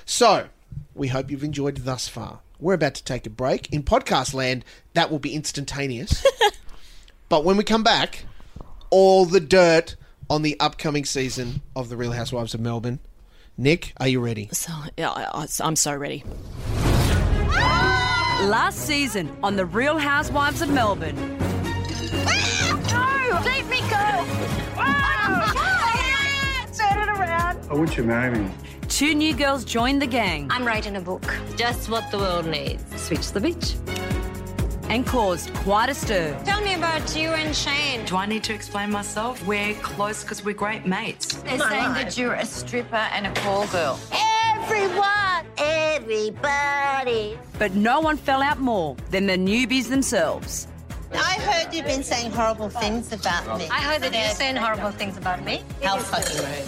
Speaker 1: So, we hope you've enjoyed thus far. We're about to take a break. In podcast land, that will be instantaneous. but when we come back, all the dirt on the upcoming season of The Real Housewives of Melbourne. Nick, are you ready?
Speaker 7: So yeah, I, I, I'm so ready.
Speaker 5: Last season on The Real Housewives of Melbourne.
Speaker 3: No! Leave me go! Oh,
Speaker 8: Oh,
Speaker 3: Turn it around.
Speaker 9: I want you to marry me.
Speaker 5: Two new girls joined the gang
Speaker 3: I'm writing a book.
Speaker 4: Just what the world needs.
Speaker 3: Switch the bitch.
Speaker 5: and caused quite a stir.
Speaker 3: Tell me about you and Shane.
Speaker 5: Do I need to explain myself? We're close because we're great mates.
Speaker 10: They're saying that you're a stripper and a call girl.
Speaker 8: Everyone, everybody.
Speaker 5: But no one fell out more than the newbies themselves.
Speaker 10: I heard you've been saying horrible things about me.
Speaker 3: I heard that you're saying horrible things about me.
Speaker 10: How fucking rude.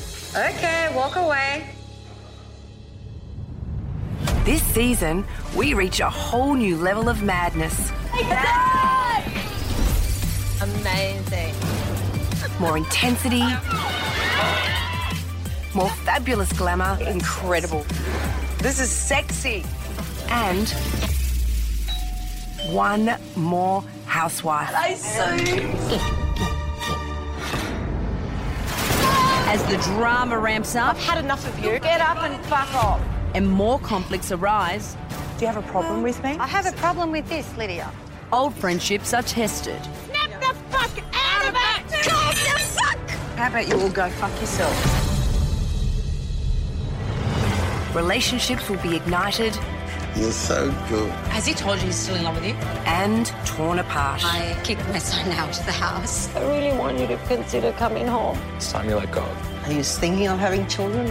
Speaker 8: Okay, walk away.
Speaker 6: This season, we reach a whole new level of madness,
Speaker 10: Amazing.
Speaker 6: more intensity, more fabulous glamour, incredible. This is sexy. And one more housewife.
Speaker 5: As the drama ramps up
Speaker 10: Had enough of you. Get up and fuck off.
Speaker 5: and more conflicts arise,
Speaker 6: Do you have a problem with me?
Speaker 8: I have a problem with this, Lydia.
Speaker 5: old friendships are tested.
Speaker 8: Snap the fuck out of it! God, the fuck!
Speaker 6: How about you all go fuck yourself?
Speaker 3: Relationships will be ignited
Speaker 9: You're so good.
Speaker 4: Has he told you he's still in love with you?
Speaker 3: and torn apart.
Speaker 6: I kicked my son out of the house.
Speaker 8: I really want you to consider coming home.
Speaker 11: It's time you let go.
Speaker 10: Are you thinking of having children?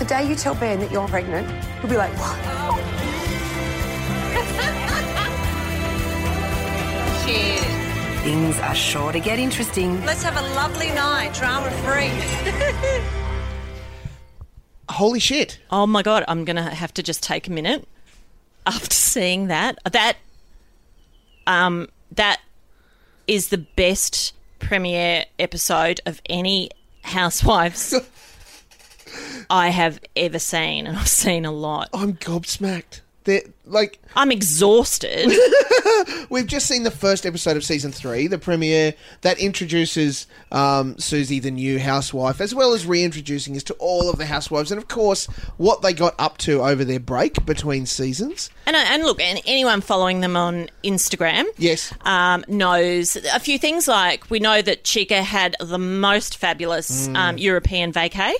Speaker 6: The day you tell Ben that you're pregnant, he'll be like, what?
Speaker 3: Things are sure to get interesting.
Speaker 8: Let's have a lovely night, drama free.
Speaker 1: Holy shit.
Speaker 7: Oh my god, I'm gonna have to just take a minute after *laughs* seeing that. That um that is the best premiere episode of any *laughs* Housewives I have ever seen, and I've seen a lot.
Speaker 1: I'm gobsmacked. They're, like,
Speaker 7: I'm exhausted.
Speaker 1: We've just seen the first episode of season three, the premiere that introduces um, Susie, the new housewife, as well as reintroducing us to all of the housewives, and of course, what they got up to over their break between seasons.
Speaker 7: And, and look, and anyone following them on Instagram,
Speaker 1: Yes.
Speaker 7: um, knows a few things. Like we know that Chica had the most fabulous um, European vacay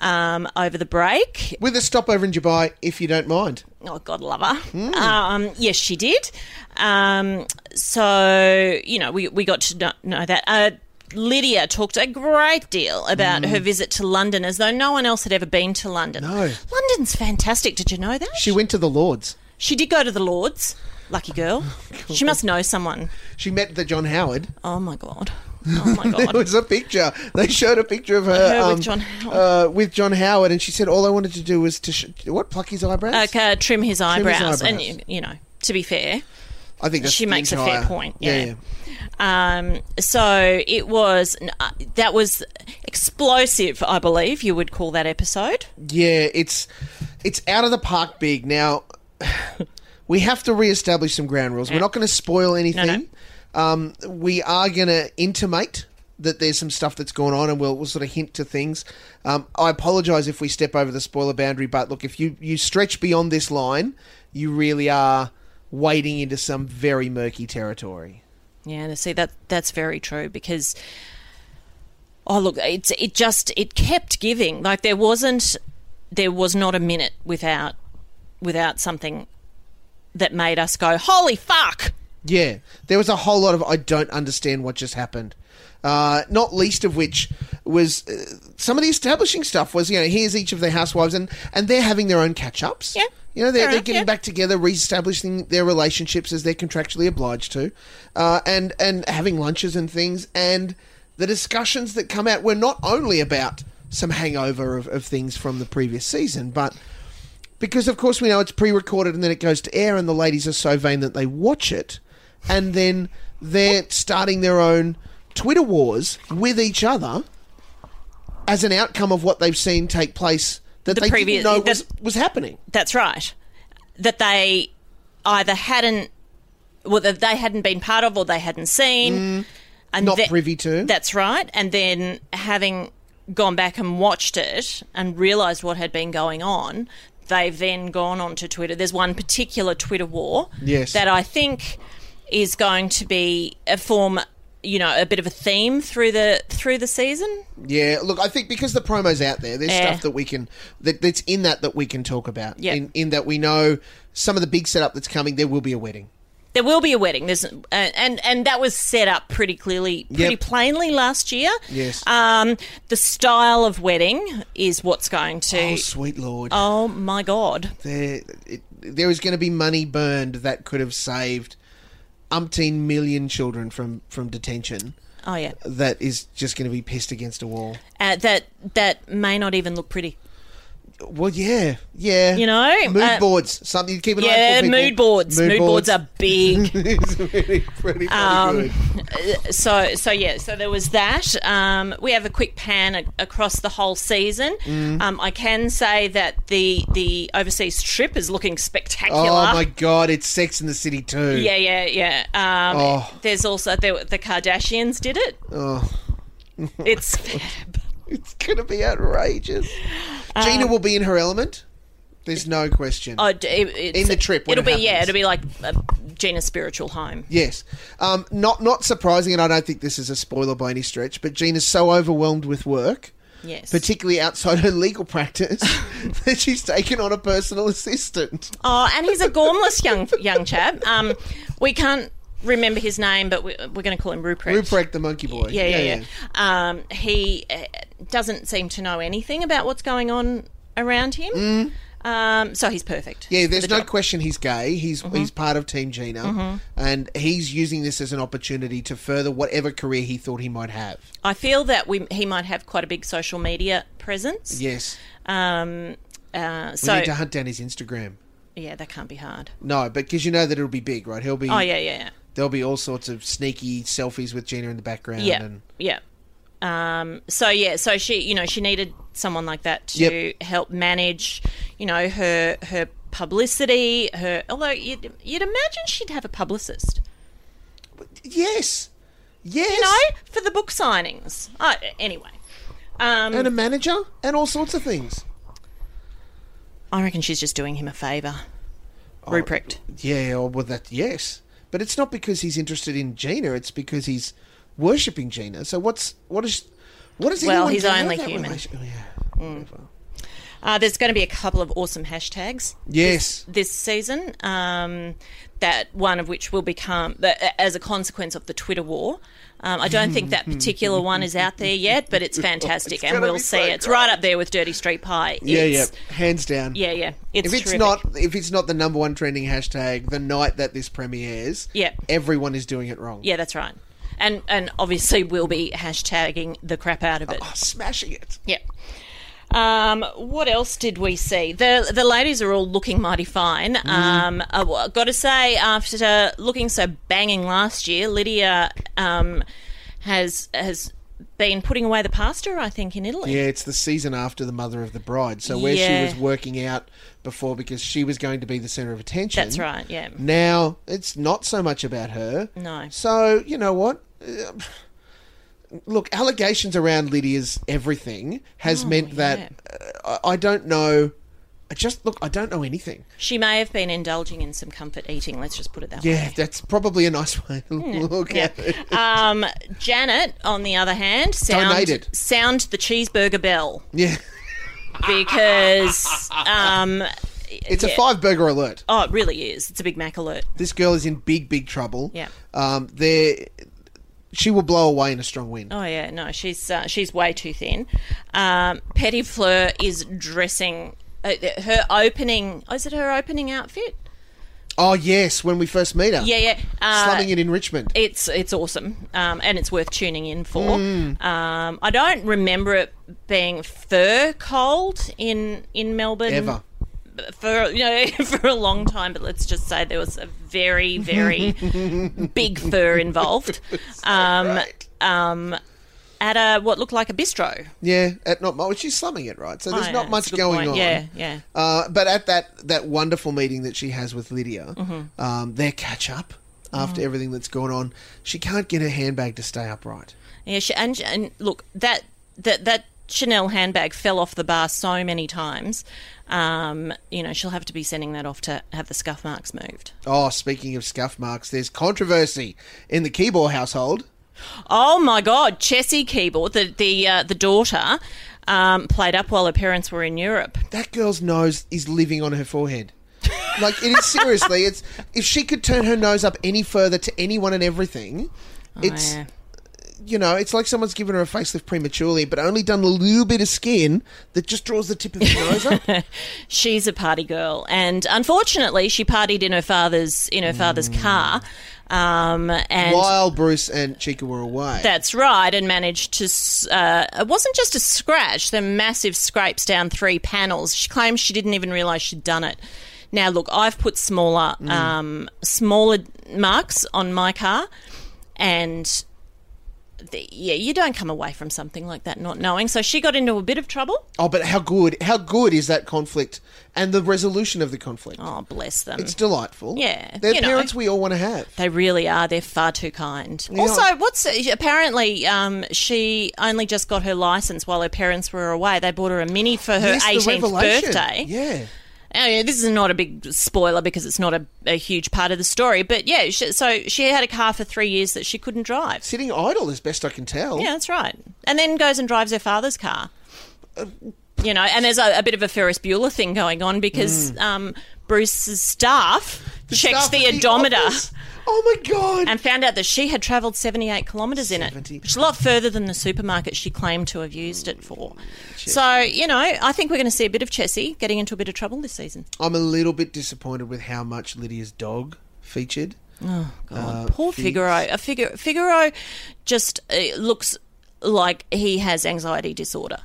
Speaker 7: um, over the break.
Speaker 1: With a stopover in Dubai, if you don't mind.
Speaker 7: Oh God, love her.
Speaker 1: Hmm.
Speaker 7: Um, yes, she did. Um, so you know, we we got to know, know that. Uh, Lydia talked a great deal about her visit to London, as though no one else had ever been to London.
Speaker 1: Hmm. No.
Speaker 7: London's fantastic. Did you know that?
Speaker 1: She went to the Lords.
Speaker 7: She did go to the Lords.
Speaker 1: *laughs*
Speaker 7: Lucky girl.
Speaker 1: Oh,
Speaker 7: She must know someone.
Speaker 1: She met the John Howard. *laughs*
Speaker 7: Oh my god. Oh my god.
Speaker 1: There was a picture. They showed a picture of her,
Speaker 7: Her with
Speaker 1: um,
Speaker 7: John Howard.
Speaker 1: Uh, with John Howard, and she said, "All I wanted to do was to sh- what pluck his eyebrows."
Speaker 7: like uh, trim his eyebrows, and
Speaker 1: eyebrows.
Speaker 7: you, you know to be fair
Speaker 1: I think that's
Speaker 7: she
Speaker 1: the
Speaker 7: makes a fair
Speaker 1: entire-
Speaker 7: point
Speaker 1: yeah,
Speaker 7: yeah,
Speaker 1: yeah.
Speaker 7: Um, so it was n- uh, that was explosive i believe you would call that episode
Speaker 1: Yeah, it's it's out of the park big. Now *sighs* we have to reestablish some ground rules. We're not going to spoil anything. Um, we are going to intimate that there's some stuff that's gone on, and we'll, we'll sort of hint to things. Um, I apologise if we step over the spoiler boundary, but look, if you you stretch beyond this line, you really are wading into some very murky territory.
Speaker 7: yeah and see that that's very true because oh look it's it just it kept giving like there wasn't there was not a minute without without something that made us go holy fuck
Speaker 1: Yeah, there was a whole lot of I don't understand what just happened. Uh, not least of which was uh, some of the establishing stuff was you know here's each of their housewives and and they're having their own catch ups.
Speaker 7: Yeah,
Speaker 1: you know they're,
Speaker 7: fair
Speaker 1: they're
Speaker 7: enough,
Speaker 1: getting
Speaker 7: yeah.
Speaker 1: back together, re-establishing their relationships as they're contractually obliged to, uh, and and having lunches and things. And the discussions that come out were not only about some hangover of, of things from the previous season, but because of course we know it's pre-recorded and then it goes to air and the ladies are so vain that they watch it and then they're starting their own twitter wars with each other as an outcome of what they've seen take place that
Speaker 7: The
Speaker 1: they
Speaker 7: previous-
Speaker 1: didn't know
Speaker 7: that-
Speaker 1: was, was happening
Speaker 7: That's right. That they either hadn't, well, that they hadn't been part of, or they hadn't seen, and
Speaker 1: Mm. not
Speaker 7: the-
Speaker 1: privy to
Speaker 7: That's right. And then having gone back and watched it and realised what had been going on, they've then gone on to Twitter. There's one particular Twitter war
Speaker 1: Yes.
Speaker 7: that I think is going to be a form, you know, a bit of a theme through the through the season.
Speaker 1: yeah look i think because the promo's out there there's
Speaker 7: Yeah.
Speaker 1: stuff that we can that, that's in that that we can talk about
Speaker 7: Yeah.
Speaker 1: in, in that we know some of the big setup that's coming there will be a wedding
Speaker 7: There will be a wedding. There's and and, and that was set up pretty clearly, pretty
Speaker 1: Yep.
Speaker 7: plainly last year.
Speaker 1: Yes.
Speaker 7: Um, the style of wedding is what's going to.
Speaker 1: oh sweet lord
Speaker 7: Oh, my god!
Speaker 1: there it, there is going to be money burned that could have saved umpteen million children from from detention
Speaker 7: Oh yeah.
Speaker 1: that is just going to be pissed against a wall
Speaker 7: Uh, that that may not even look pretty.
Speaker 1: well yeah yeah
Speaker 7: You know,
Speaker 1: mood
Speaker 7: uh,
Speaker 1: boards something to keep an eye
Speaker 7: Yeah,
Speaker 1: for people.
Speaker 7: mood boards. Mood, boards. are Um, big.
Speaker 1: *laughs* It's really pretty bloody good.
Speaker 7: so so yeah. So there was that. Um, we have a quick pan a- across the whole season.
Speaker 1: Mm.
Speaker 7: Um, I can say that the the overseas trip is looking spectacular.
Speaker 1: oh my god it's sex in the city too
Speaker 7: Yeah, yeah, yeah. Um,
Speaker 1: Oh.
Speaker 7: There's also the, the Kardashians did it.
Speaker 1: *laughs* oh,
Speaker 7: It's fab.
Speaker 1: it's going to be outrageous
Speaker 7: Uh,
Speaker 1: gina will be in her element there's no question
Speaker 7: Oh, d- it- it's-
Speaker 1: In the trip when
Speaker 7: it'll
Speaker 1: it
Speaker 7: be yeah,
Speaker 1: happens.
Speaker 7: it'll be like uh, Gina's spiritual home.
Speaker 1: Yes, um, not not surprising, and I don't think this is a spoiler by any stretch. But Gina's so overwhelmed with work
Speaker 7: Yes.
Speaker 1: particularly outside her legal practice,
Speaker 7: *laughs*
Speaker 1: *laughs* that she's taken on a personal assistant.
Speaker 7: Oh, and he's a gormless young young chap. Um, we can't remember his name, but we, we're going to call him Ruprecht.
Speaker 1: Ruprecht the monkey boy.
Speaker 7: Yeah, yeah, yeah. Um, he uh, doesn't seem to know anything about what's going on around him. Um, so he's perfect.
Speaker 1: Mm. Yeah,
Speaker 7: for
Speaker 1: there's
Speaker 7: the Mm-hmm.
Speaker 1: no
Speaker 7: job.
Speaker 1: question he's gay. He's he's part of Team Gina, and he's using this as an opportunity to further whatever career he thought he might have.
Speaker 7: I feel that we he might have quite a big social media presence.
Speaker 1: Yes,
Speaker 7: Um, uh,
Speaker 1: we
Speaker 7: so
Speaker 1: need to hunt down his Instagram.
Speaker 7: yeah, that can't be hard.
Speaker 1: No, but because you know that it'll be big, right? He'll be.
Speaker 7: Oh yeah, yeah,
Speaker 1: There'll be all sorts of sneaky selfies with Gina in the background.
Speaker 7: yeah,
Speaker 1: And
Speaker 7: yeah. Um, so yeah, so she, you know, she needed someone like that to
Speaker 1: Yep.
Speaker 7: help manage, you know, her her publicity. Her although you'd, you'd imagine she'd have a publicist.
Speaker 1: yes, yes.
Speaker 7: you know, for the book signings. Uh, anyway, um,
Speaker 1: and a manager and all sorts of things.
Speaker 7: I reckon she's just doing him a favour. Ruprecht.
Speaker 1: Yeah, oh, well, that yes, but it's not because he's interested in Gina. It's because he's worshipping Gina. So what's what is what is
Speaker 7: Well,
Speaker 1: anyone
Speaker 7: he's
Speaker 1: to have
Speaker 7: only
Speaker 1: that
Speaker 7: human.
Speaker 1: relation- oh, yeah. Whatever.
Speaker 7: Uh, there's going to be a couple of awesome hashtags
Speaker 1: Yes,
Speaker 7: this season. Um, that one of which will become that, as a consequence of the Twitter war. Um, I don't think that
Speaker 1: *laughs*
Speaker 7: particular one is out there yet, but it's fantastic, and
Speaker 1: gonna
Speaker 7: we'll
Speaker 1: be
Speaker 7: see.
Speaker 1: so
Speaker 7: It's right up there with Dirty Street Pie.
Speaker 1: yeah, yeah,
Speaker 7: It's-
Speaker 1: hands down.
Speaker 7: yeah, yeah. It's
Speaker 1: if it's
Speaker 7: terrific.
Speaker 1: not if it's not the number one trending hashtag the night that this premieres,
Speaker 7: Yeah.
Speaker 1: everyone is doing it wrong.
Speaker 7: yeah, that's right. And and obviously we'll be hashtagging the crap out of it.
Speaker 1: Oh, smashing it.
Speaker 7: Yeah. Um, what else did we see? The the ladies are all looking mighty fine.
Speaker 1: Mm.
Speaker 7: Um, I w- got to say, after looking so banging last year, Lydia um, has has been putting away the pasta. I think in Italy.
Speaker 1: Yeah, it's the season after the Mother of the Bride. So where
Speaker 7: Yeah.
Speaker 1: she was working out before because she was going to be the center of attention.
Speaker 7: That's right. Yeah.
Speaker 1: Now it's not so much about her.
Speaker 7: No.
Speaker 1: So you know what? Uh, Look, allegations around Lydia's everything
Speaker 7: Oh,
Speaker 1: has meant that uh, I I don't know. I just look. I don't know anything.
Speaker 7: She may have been indulging in some comfort eating. Let's just put it that
Speaker 1: Yeah,
Speaker 7: way.
Speaker 1: that's probably a nice way to look at
Speaker 7: *laughs*
Speaker 1: it.
Speaker 7: Um, Janet, on the other hand, sound
Speaker 1: Donated.
Speaker 7: sound the cheeseburger bell
Speaker 1: Yeah,
Speaker 7: because um,
Speaker 1: it's a five burger alert.
Speaker 7: oh, it really is. It's a Big Mac alert.
Speaker 1: This girl is in big, big trouble.
Speaker 7: Yeah.
Speaker 1: Um. There, she will blow away in a strong wind.
Speaker 7: Oh yeah, no, she's uh, she's way too thin. Um, Petty Fleur is dressing uh, her opening. Oh, is it her opening outfit?
Speaker 1: Oh yes, when we first meet her.
Speaker 7: Yeah, yeah. Uh,
Speaker 1: Slumming it in Richmond.
Speaker 7: It's it's awesome, um, and it's worth tuning in for. Um, I don't remember it being fur cold in in Melbourne
Speaker 1: Ever.
Speaker 7: for you know *laughs* for a long time, but let's just say there was a very very big fur involved. Um, um, at a what looked like a bistro.
Speaker 1: Yeah, at not much. She's slumming it, right? So there's
Speaker 7: Oh, yeah,
Speaker 1: not
Speaker 7: that's
Speaker 1: much
Speaker 7: a good
Speaker 1: going
Speaker 7: point.
Speaker 1: on.
Speaker 7: Yeah, yeah.
Speaker 1: Uh, but at that that wonderful meeting that she has with Lydia,
Speaker 7: Mm-hmm.
Speaker 1: um, their catch up after
Speaker 7: Mm.
Speaker 1: everything that's gone on, she can't get her handbag to stay upright.
Speaker 7: Yeah, she, and and look that that that Chanel handbag fell off the bar so many times. Um, you know, she'll have to be sending that off to have the scuff marks moved.
Speaker 1: Oh, speaking of scuff marks, there's controversy in the keyboard household.
Speaker 7: Oh my God, Chessie Keyboard, the the uh, the daughter, um, played up while her parents were in Europe.
Speaker 1: That girl's nose is living on her forehead. like it is seriously. It's if she could turn her nose up any further to anyone and everything, it's
Speaker 7: Oh, yeah.
Speaker 1: you know, it's like someone's given her a facelift prematurely, but only done a little bit of skin that just draws the tip of the nose
Speaker 7: *laughs*
Speaker 1: up.
Speaker 7: She's a party girl, and unfortunately, she partied in her father's in her father's
Speaker 1: Mm.
Speaker 7: car. Um, and
Speaker 1: While Bruce and Chica were away,
Speaker 7: That's right, and managed to. s- Uh, it wasn't just a scratch; the massive scrapes down three panels. She claims she didn't even realise she'd done it. Now, look, I've put smaller, um, smaller marks on my car, and the, yeah, you don't come away from something like that not knowing. So she got into a bit of trouble.
Speaker 1: oh, but how good, how good is that conflict and the resolution of the conflict?
Speaker 7: Oh, bless them.
Speaker 1: It's delightful.
Speaker 7: Yeah,
Speaker 1: they're
Speaker 7: you know.
Speaker 1: parents we all want to have.
Speaker 7: They really are. They're far too kind. Also, what's apparently um, she only just got her license while her parents were away. They bought her a mini for her
Speaker 1: Yes, the
Speaker 7: 18th
Speaker 1: revelation.
Speaker 7: birthday.
Speaker 1: Yeah,
Speaker 7: Oh, yeah, this is not a big spoiler because it's not a, a huge part of the story. But yeah, she, so she had a car for three years that she couldn't drive.
Speaker 1: sitting idle as best I can tell.
Speaker 7: Yeah, that's right. And then goes and drives her father's car. you know, and there's a, a bit of a Ferris Bueller thing going on because um, Bruce's staff checked
Speaker 1: staff
Speaker 7: the
Speaker 1: at Mm. the
Speaker 7: odometer
Speaker 1: office. Oh my god!
Speaker 7: and found out that she had travelled 78 kilometres in it,
Speaker 1: 70.
Speaker 7: which is a lot further than the supermarket she claimed to have used it for. So, you know, I think we're going to see a bit of Chessie getting into a bit of trouble this season.
Speaker 1: I'm a little bit disappointed with how much Lydia's dog featured.
Speaker 7: Oh,
Speaker 1: Uh,
Speaker 7: God, poor Figaro. A Figaro, Figaro just uh, looks like he has
Speaker 1: *laughs*
Speaker 7: anxiety disorder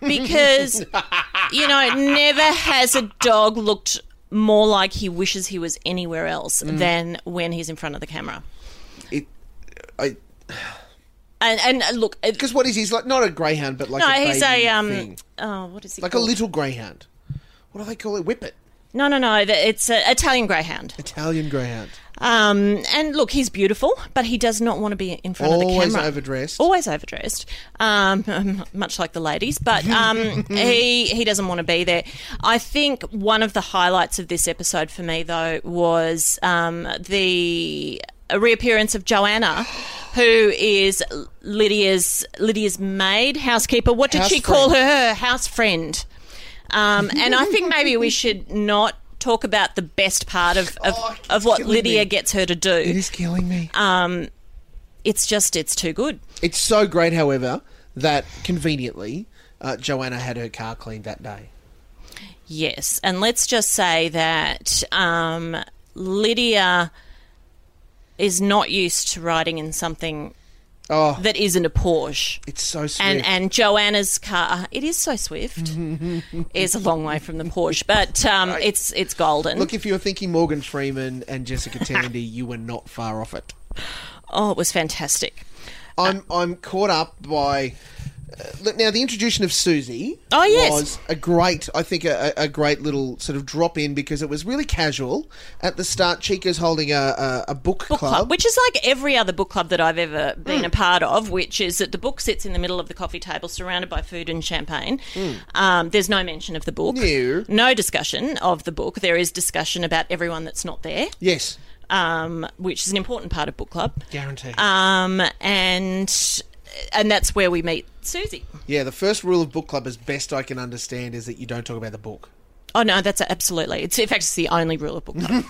Speaker 7: because you know never has a dog looked more like he wishes he was anywhere else
Speaker 1: Mm.
Speaker 7: than when he's in front of the camera.
Speaker 1: It, I
Speaker 7: And and uh, look, it-
Speaker 1: because what is he? he's like not a greyhound, but like
Speaker 7: no,
Speaker 1: a
Speaker 7: he's
Speaker 1: baby
Speaker 7: a um,
Speaker 1: thing.
Speaker 7: oh, what is he
Speaker 1: like a
Speaker 7: called?
Speaker 1: little greyhound. What do they call it? Whippet,
Speaker 7: No, no, no. th- It's an Italian greyhound.
Speaker 1: Italian greyhound,
Speaker 7: Um, and look, he's beautiful, but he does not want to be in front of the
Speaker 1: always
Speaker 7: camera. Oh.
Speaker 1: overdressed.
Speaker 7: Always overdressed, um, *laughs* much like the ladies,
Speaker 1: *laughs*
Speaker 7: but um, he he doesn't want to be there. I think one of the highlights of this episode for me though was um, the reappearance of Joanna, who is Lydia's Lydia's maid, housekeeper. What did
Speaker 1: House
Speaker 7: she call
Speaker 1: friend.
Speaker 7: her? Her house friend. Um, and I think maybe we should not talk about the best part of of,
Speaker 1: Oh,
Speaker 7: of what
Speaker 1: killing
Speaker 7: Lydia
Speaker 1: me.
Speaker 7: gets her to do.
Speaker 1: It is killing me.
Speaker 7: Uh. It's just it's too good.
Speaker 1: it's so great, however, that conveniently, uh, Joanna had her car cleaned that day.
Speaker 7: Yes, and let's just say that um, Lydia is not used to riding in something
Speaker 1: Oh.
Speaker 7: that isn't a Porsche.
Speaker 1: It's so sweet.
Speaker 7: And and Joanna's car, it is so
Speaker 1: *laughs*
Speaker 7: swift, is a long way from the Porsche, but um, it's it's golden.
Speaker 1: Look, if you were thinking Morgan Freeman and Jessica
Speaker 7: *laughs*
Speaker 1: Tandy, you were not far off it.
Speaker 7: oh, it was fantastic.
Speaker 1: I'm I'm caught up by uh, look, now the introduction of Susie.
Speaker 7: Oh, yes.
Speaker 1: was a great I think a, a a great little sort of drop in because it was really casual at the start. Chica's holding a a, a book,
Speaker 7: Book
Speaker 1: club,
Speaker 7: club, which is like every other book club that I've ever been a part of, which is that the book sits in the middle of the coffee table, surrounded by food and champagne. Um, there's no mention of the book.
Speaker 1: No.
Speaker 7: No discussion of the book. There is discussion about everyone that's not there,
Speaker 1: yes,
Speaker 7: um, which is an important part of book club.
Speaker 1: guaranteed.
Speaker 7: Um, and and that's where we meet Susie.
Speaker 1: yeah, the first rule of book club, as best I can understand, is that you don't talk about the book.
Speaker 7: Oh no, that's absolutely. It's in fact it's the only rule of book club.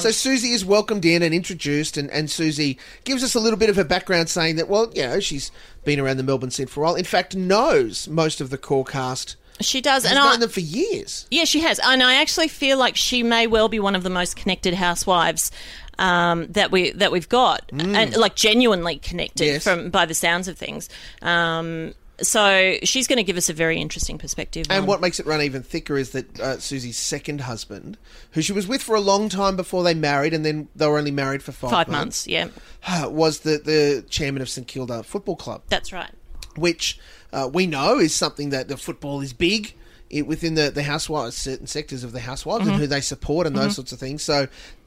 Speaker 1: So
Speaker 7: Um,
Speaker 1: Susie is welcomed in and introduced, and, and Susie gives us a little bit of her background, saying that well, you know, she's been around the Melbourne scene for a while. In fact, knows most of the core cast.
Speaker 7: she does,
Speaker 1: Has
Speaker 7: and
Speaker 1: known
Speaker 7: I,
Speaker 1: them for years.
Speaker 7: Yeah, she has, and I actually feel like she may well be one of the most connected housewives um, that we that we've got, and like genuinely connected
Speaker 1: Mm. Yes.
Speaker 7: from by the sounds of things. Um, so she's going to give us a very interesting perspective.
Speaker 1: And
Speaker 7: on-
Speaker 1: what makes it run even thicker is that uh, Susie's second husband, who she was with for a long time before they married, and then they were only married for five,
Speaker 7: five months? Yeah,
Speaker 1: months, *sighs* was the, the chairman of St Kilda Football Club,
Speaker 7: that's right.
Speaker 1: which uh, we know is something that the football is big it, within the, the housewives, certain sectors of the housewives,
Speaker 7: Mm-hmm.
Speaker 1: and who they support and those sorts of things. So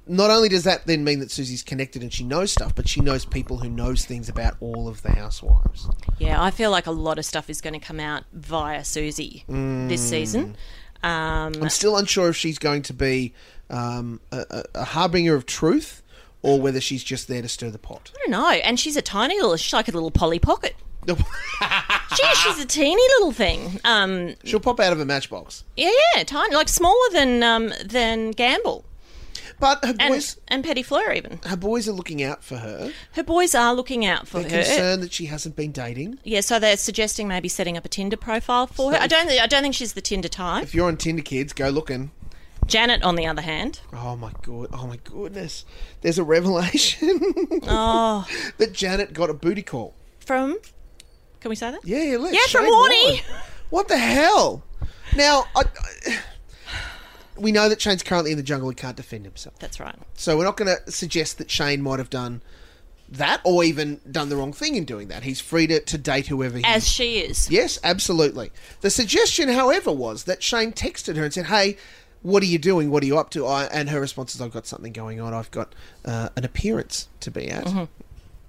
Speaker 1: not only does that then mean that Susie's connected and she knows stuff, but she knows people who knows things about all of the housewives.
Speaker 7: Yeah, I feel like a lot of stuff is going to come out via Susie this
Speaker 1: Mm.
Speaker 7: season. Um,
Speaker 1: I'm still unsure if she's going to be um, a, a, a harbinger of truth or whether she's just there to stir the pot.
Speaker 7: I don't know. And she's a tiny little. She's like a little Polly Pocket.
Speaker 1: Ah.
Speaker 7: Gee, she's a teeny little thing. Um,
Speaker 1: *laughs* She'll pop out of a matchbox.
Speaker 7: yeah, yeah, tiny, like smaller than um, than Gamble.
Speaker 1: But her
Speaker 7: and,
Speaker 1: boys,
Speaker 7: and Petty Fleur even.
Speaker 1: her boys are looking out for her.
Speaker 7: Her boys are looking out for
Speaker 1: They're
Speaker 7: her.
Speaker 1: concerned that she hasn't been dating.
Speaker 7: Yeah, so they're suggesting maybe setting up a Tinder profile for her. I don't. I don't think she's the Tinder type.
Speaker 1: If you're on Tinder, kids, go looking.
Speaker 7: Janet, on the other hand,
Speaker 1: Oh my god! Oh my goodness! There's a revelation *laughs*
Speaker 7: oh,
Speaker 1: that Janet got a booty call.
Speaker 7: from can we say that?
Speaker 1: Yeah, yeah. Look,
Speaker 7: Yeah, from
Speaker 1: Shane
Speaker 7: Warnie.
Speaker 1: Warne. What the hell? Now, I, I- we know that Shane's currently in the jungle and can't defend himself.
Speaker 7: That's right.
Speaker 1: So we're not going to suggest that Shane might have done that or even done the wrong thing in doing that. He's free to, to date whoever he
Speaker 7: As she is.
Speaker 1: Yes, absolutely. The suggestion, however, was that Shane texted her and said, "Hey, what are you doing? What are you up to?" I, and her response is, "I've got something going on. I've got uh, an appearance to be at."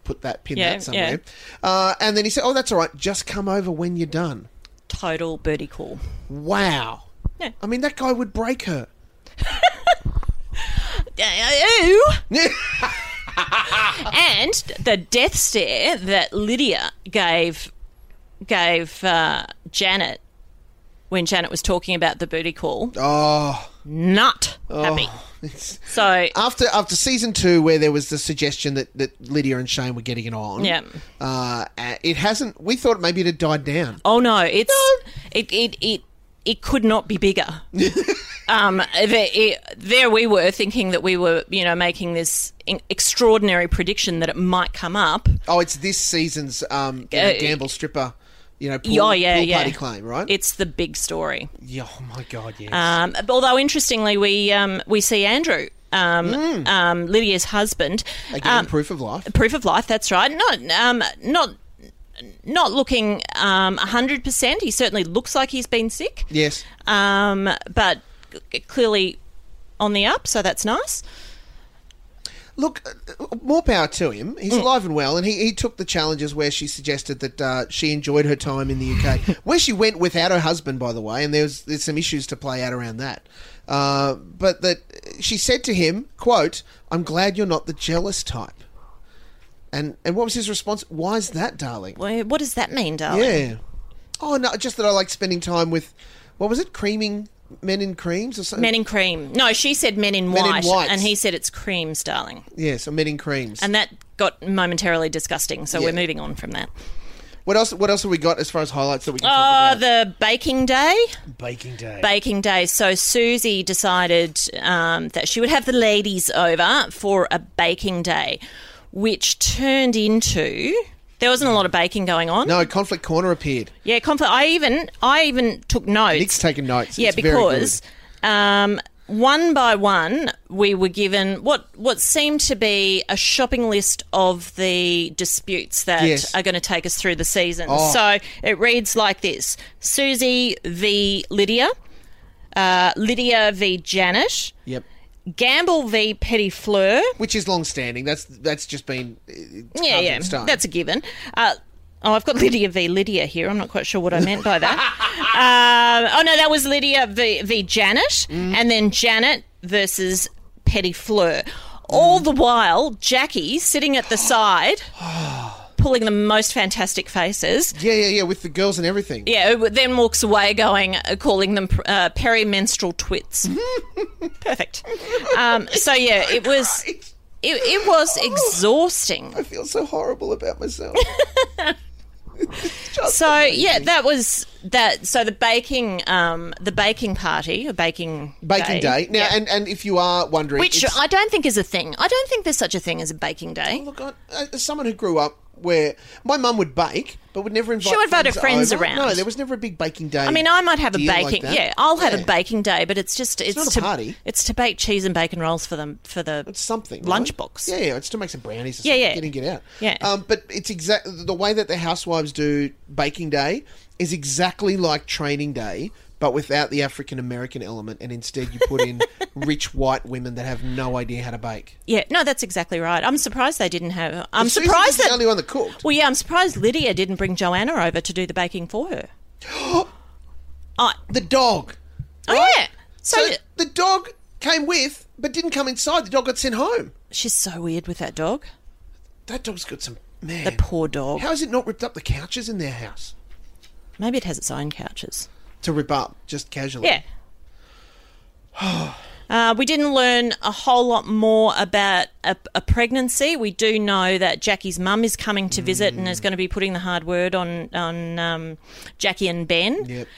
Speaker 1: Put that pin
Speaker 7: Mm-hmm. Yeah,
Speaker 1: that somewhere. Uh, and then he said, "Oh, that's all right. Just come over when you're done."
Speaker 7: Total birdie call.
Speaker 1: Wow.
Speaker 7: Yeah.
Speaker 1: I mean, that guy would break her. *laughs*
Speaker 7: Ew.
Speaker 1: *laughs*
Speaker 7: and the death stare that Lydia gave gave uh, Janet when Janet was talking about the booty call.
Speaker 1: Oh,
Speaker 7: Not happy.
Speaker 1: it's-
Speaker 7: So
Speaker 1: after after season two, where there was the suggestion that, that Lydia and Shane were getting it on,
Speaker 7: Yeah.
Speaker 1: uh, uh, it hasn't. We thought maybe it had died down.
Speaker 7: Oh no, it's it it it it could not be bigger. um, there, it, there we were thinking that we were you know making this in- extraordinary prediction that it might come up.
Speaker 1: Oh, it's this season's um, you know,
Speaker 7: Uh,
Speaker 1: gamble stripper, you know, pool,
Speaker 7: Oh yeah,
Speaker 1: pool
Speaker 7: yeah.
Speaker 1: party claim, right?
Speaker 7: It's the big story.
Speaker 1: yeah, oh my god, yes.
Speaker 7: Um, although interestingly, we um, we see Andrew. Um, um, Lydia's husband,
Speaker 1: Again,
Speaker 7: um,
Speaker 1: proof of life.
Speaker 7: proof of life. That's right. Not um, not not looking um, hundred percent. He certainly looks like he's been sick.
Speaker 1: Yes.
Speaker 7: um, but c- clearly on the up, so that's nice.
Speaker 1: Look, uh, more power to him. He's
Speaker 7: Mm.
Speaker 1: alive and well, and he, he took the challenges where she suggested that uh, she enjoyed her time in the
Speaker 7: *laughs*
Speaker 1: UK, where she went without her husband, by the way, and there's there's some issues to play out around that. Uh, but that she said to him, "quote I'm glad you're not the jealous type." And and what was his response? Why is that, darling?
Speaker 7: Wha- What does that mean, darling?
Speaker 1: Yeah. Oh no, just that I like spending time with, what was it, creaming men in creams or something?
Speaker 7: Men in cream. No, she said men in
Speaker 1: Men in
Speaker 7: white,
Speaker 1: whites.
Speaker 7: and he said it's creams, darling.
Speaker 1: yes, or men in creams.
Speaker 7: And that got momentarily disgusting, so
Speaker 1: Yeah.
Speaker 7: we're moving on from that.
Speaker 1: what else? What else have we got as far as highlights that we can
Speaker 7: Oh,
Speaker 1: talk about?
Speaker 7: the baking day.
Speaker 1: Baking day.
Speaker 7: Baking day. So Susie decided um, that she would have the ladies over for a baking day, which turned into. There wasn't a lot of baking going on.
Speaker 1: No, Conflict Corner appeared.
Speaker 7: Yeah, conflict. I even I even took notes.
Speaker 1: Nick's taking notes.
Speaker 7: Yeah,
Speaker 1: It's very
Speaker 7: because um, one by one we were given what what seemed to be a shopping list of the disputes that
Speaker 1: Yes.
Speaker 7: are going to take us through the season.
Speaker 1: Oh.
Speaker 7: So it reads like this: Susie v Lydia, uh, Lydia v Janet,
Speaker 1: Yep.
Speaker 7: Gamble v Petty Fleur.
Speaker 1: Which is long standing. That's that's just been uh,
Speaker 7: Yeah,
Speaker 1: carved
Speaker 7: yeah,
Speaker 1: in stone.
Speaker 7: that's a given. Uh, oh, I've got Lydia v Lydia here. I'm not quite sure what I meant by that. um, oh no, that was Lydia v v Janet, and then Janet versus Petty Fleur. All the while, Jackie sitting at the side, pulling the most fantastic faces.
Speaker 1: yeah, yeah, yeah. With the girls and everything.
Speaker 7: Yeah, who then walks away going, uh, calling them uh, perimenstrual twits. Perfect. Um, so yeah, it was.
Speaker 1: It
Speaker 7: It, it was exhausting.
Speaker 1: feels so horrible about
Speaker 7: *laughs*
Speaker 1: myself.
Speaker 7: So yeah, that was that. So the baking, um, the baking party, a baking
Speaker 1: Baking day. Now,
Speaker 7: Yeah.
Speaker 1: and, and if you are wondering,
Speaker 7: which
Speaker 1: it's-
Speaker 7: I don't think is a thing. I don't think there's such a thing as a baking day.
Speaker 1: look, I, as someone who grew up where my mum would bake, but would never invite.
Speaker 7: She would invite her friends
Speaker 1: over.
Speaker 7: around.
Speaker 1: No, there was never a big baking day.
Speaker 7: I mean, I might have a
Speaker 1: deal like
Speaker 7: baking.
Speaker 1: that.
Speaker 7: yeah, I'll have
Speaker 1: Yeah.
Speaker 7: a baking day, but it's just it's,
Speaker 1: not a
Speaker 7: to
Speaker 1: party.
Speaker 7: it's to bake cheese and bacon rolls for them for the
Speaker 1: It's something right?
Speaker 7: lunchbox.
Speaker 1: Yeah, yeah, it's to make some brownies. Or
Speaker 7: Yeah,
Speaker 1: something.
Speaker 7: yeah.
Speaker 1: Get in, get out.
Speaker 7: Yeah.
Speaker 1: Um, but it's exactly the way that the housewives do baking day is exactly like training day, but without the African American element, and instead you put
Speaker 7: *laughs*
Speaker 1: in rich white women that have no idea how to bake.
Speaker 7: Yeah, no, that's exactly right. I'm surprised they didn't have. I'm
Speaker 1: Susan was
Speaker 7: surprised
Speaker 1: the
Speaker 7: that.
Speaker 1: only one that cooked.
Speaker 7: well, yeah, I'm surprised Lydia didn't bring Joanna over to do the baking
Speaker 1: *gasps*
Speaker 7: for her. I,
Speaker 1: The dog.
Speaker 7: oh yeah.
Speaker 1: So
Speaker 7: so
Speaker 1: the dog came with, but didn't come inside. The dog got sent home.
Speaker 7: she's so weird with that dog.
Speaker 1: That dog's got some man.
Speaker 7: The poor dog.
Speaker 1: How has it not ripped up the couches in their house
Speaker 7: Maybe it has its own couches.
Speaker 1: to rip up just casually?
Speaker 7: Yeah. *sighs* Uh, we didn't learn a whole lot more about a, a pregnancy. We do know that Jackie's mum is coming to visit and
Speaker 1: Mm.
Speaker 7: is going to be putting the hard word on on um, Jackie and Ben.
Speaker 1: Yep.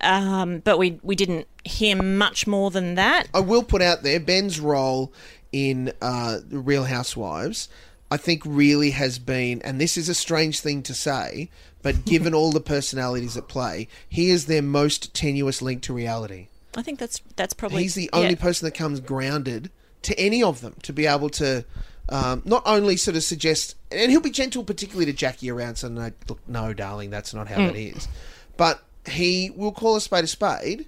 Speaker 7: Um, but we we didn't hear much more than that.
Speaker 1: I will put out there Ben's role in uh, The Real Housewives. I think really has been, and this is a strange thing to say, but
Speaker 7: *laughs*
Speaker 1: given all the personalities at play, he is their most tenuous link to reality.
Speaker 7: I think that's that's probably
Speaker 1: He's the only
Speaker 7: yeah.
Speaker 1: person that comes grounded to any of them to be able to um, not only sort of suggest, and he'll be gentle, particularly to Jackie around. So no, look, no, darling, that's not
Speaker 7: Mm.
Speaker 1: how that is. But he will call a spade a spade.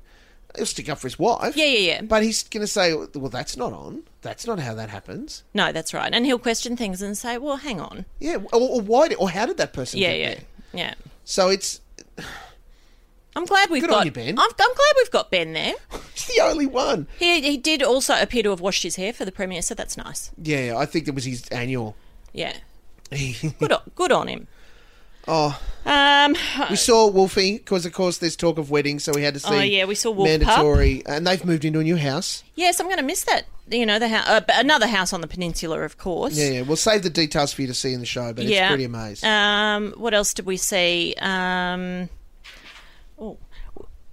Speaker 1: He'll stick up for his wife.
Speaker 7: Yeah, yeah, yeah.
Speaker 1: But he's going to say, "Well, that's not on. That's not how that happens."
Speaker 7: No, that's right. And he'll question things and say, "Well, hang on."
Speaker 1: Yeah, or, or why? Did, or how did that person?
Speaker 7: Yeah,
Speaker 1: get
Speaker 7: yeah,
Speaker 1: there?
Speaker 7: yeah.
Speaker 1: So it's
Speaker 7: I'm glad we've
Speaker 1: Good on
Speaker 7: got
Speaker 1: you, Ben.
Speaker 7: I'm, I'm glad we've got Ben there.
Speaker 1: it's the only one.
Speaker 7: He he did also appear to have washed his hair for the premiere, so that's nice.
Speaker 1: *laughs* Yeah, I think that was his annual.
Speaker 7: Yeah. Good on, good on him.
Speaker 1: Oh,
Speaker 7: Um,
Speaker 1: we saw Wolfie because, of course, there's talk of weddings, so we had to see.
Speaker 7: Oh, yeah, we saw Wolf
Speaker 1: mandatory, and they've moved into a new house.
Speaker 7: yes, I'm going to miss that. You know, the house, uh, but another house on the peninsula, of course.
Speaker 1: Yeah, yeah, we'll save the details for you to see in the show, but it's pretty amazing.
Speaker 7: Um, what else did we see? Um, oh,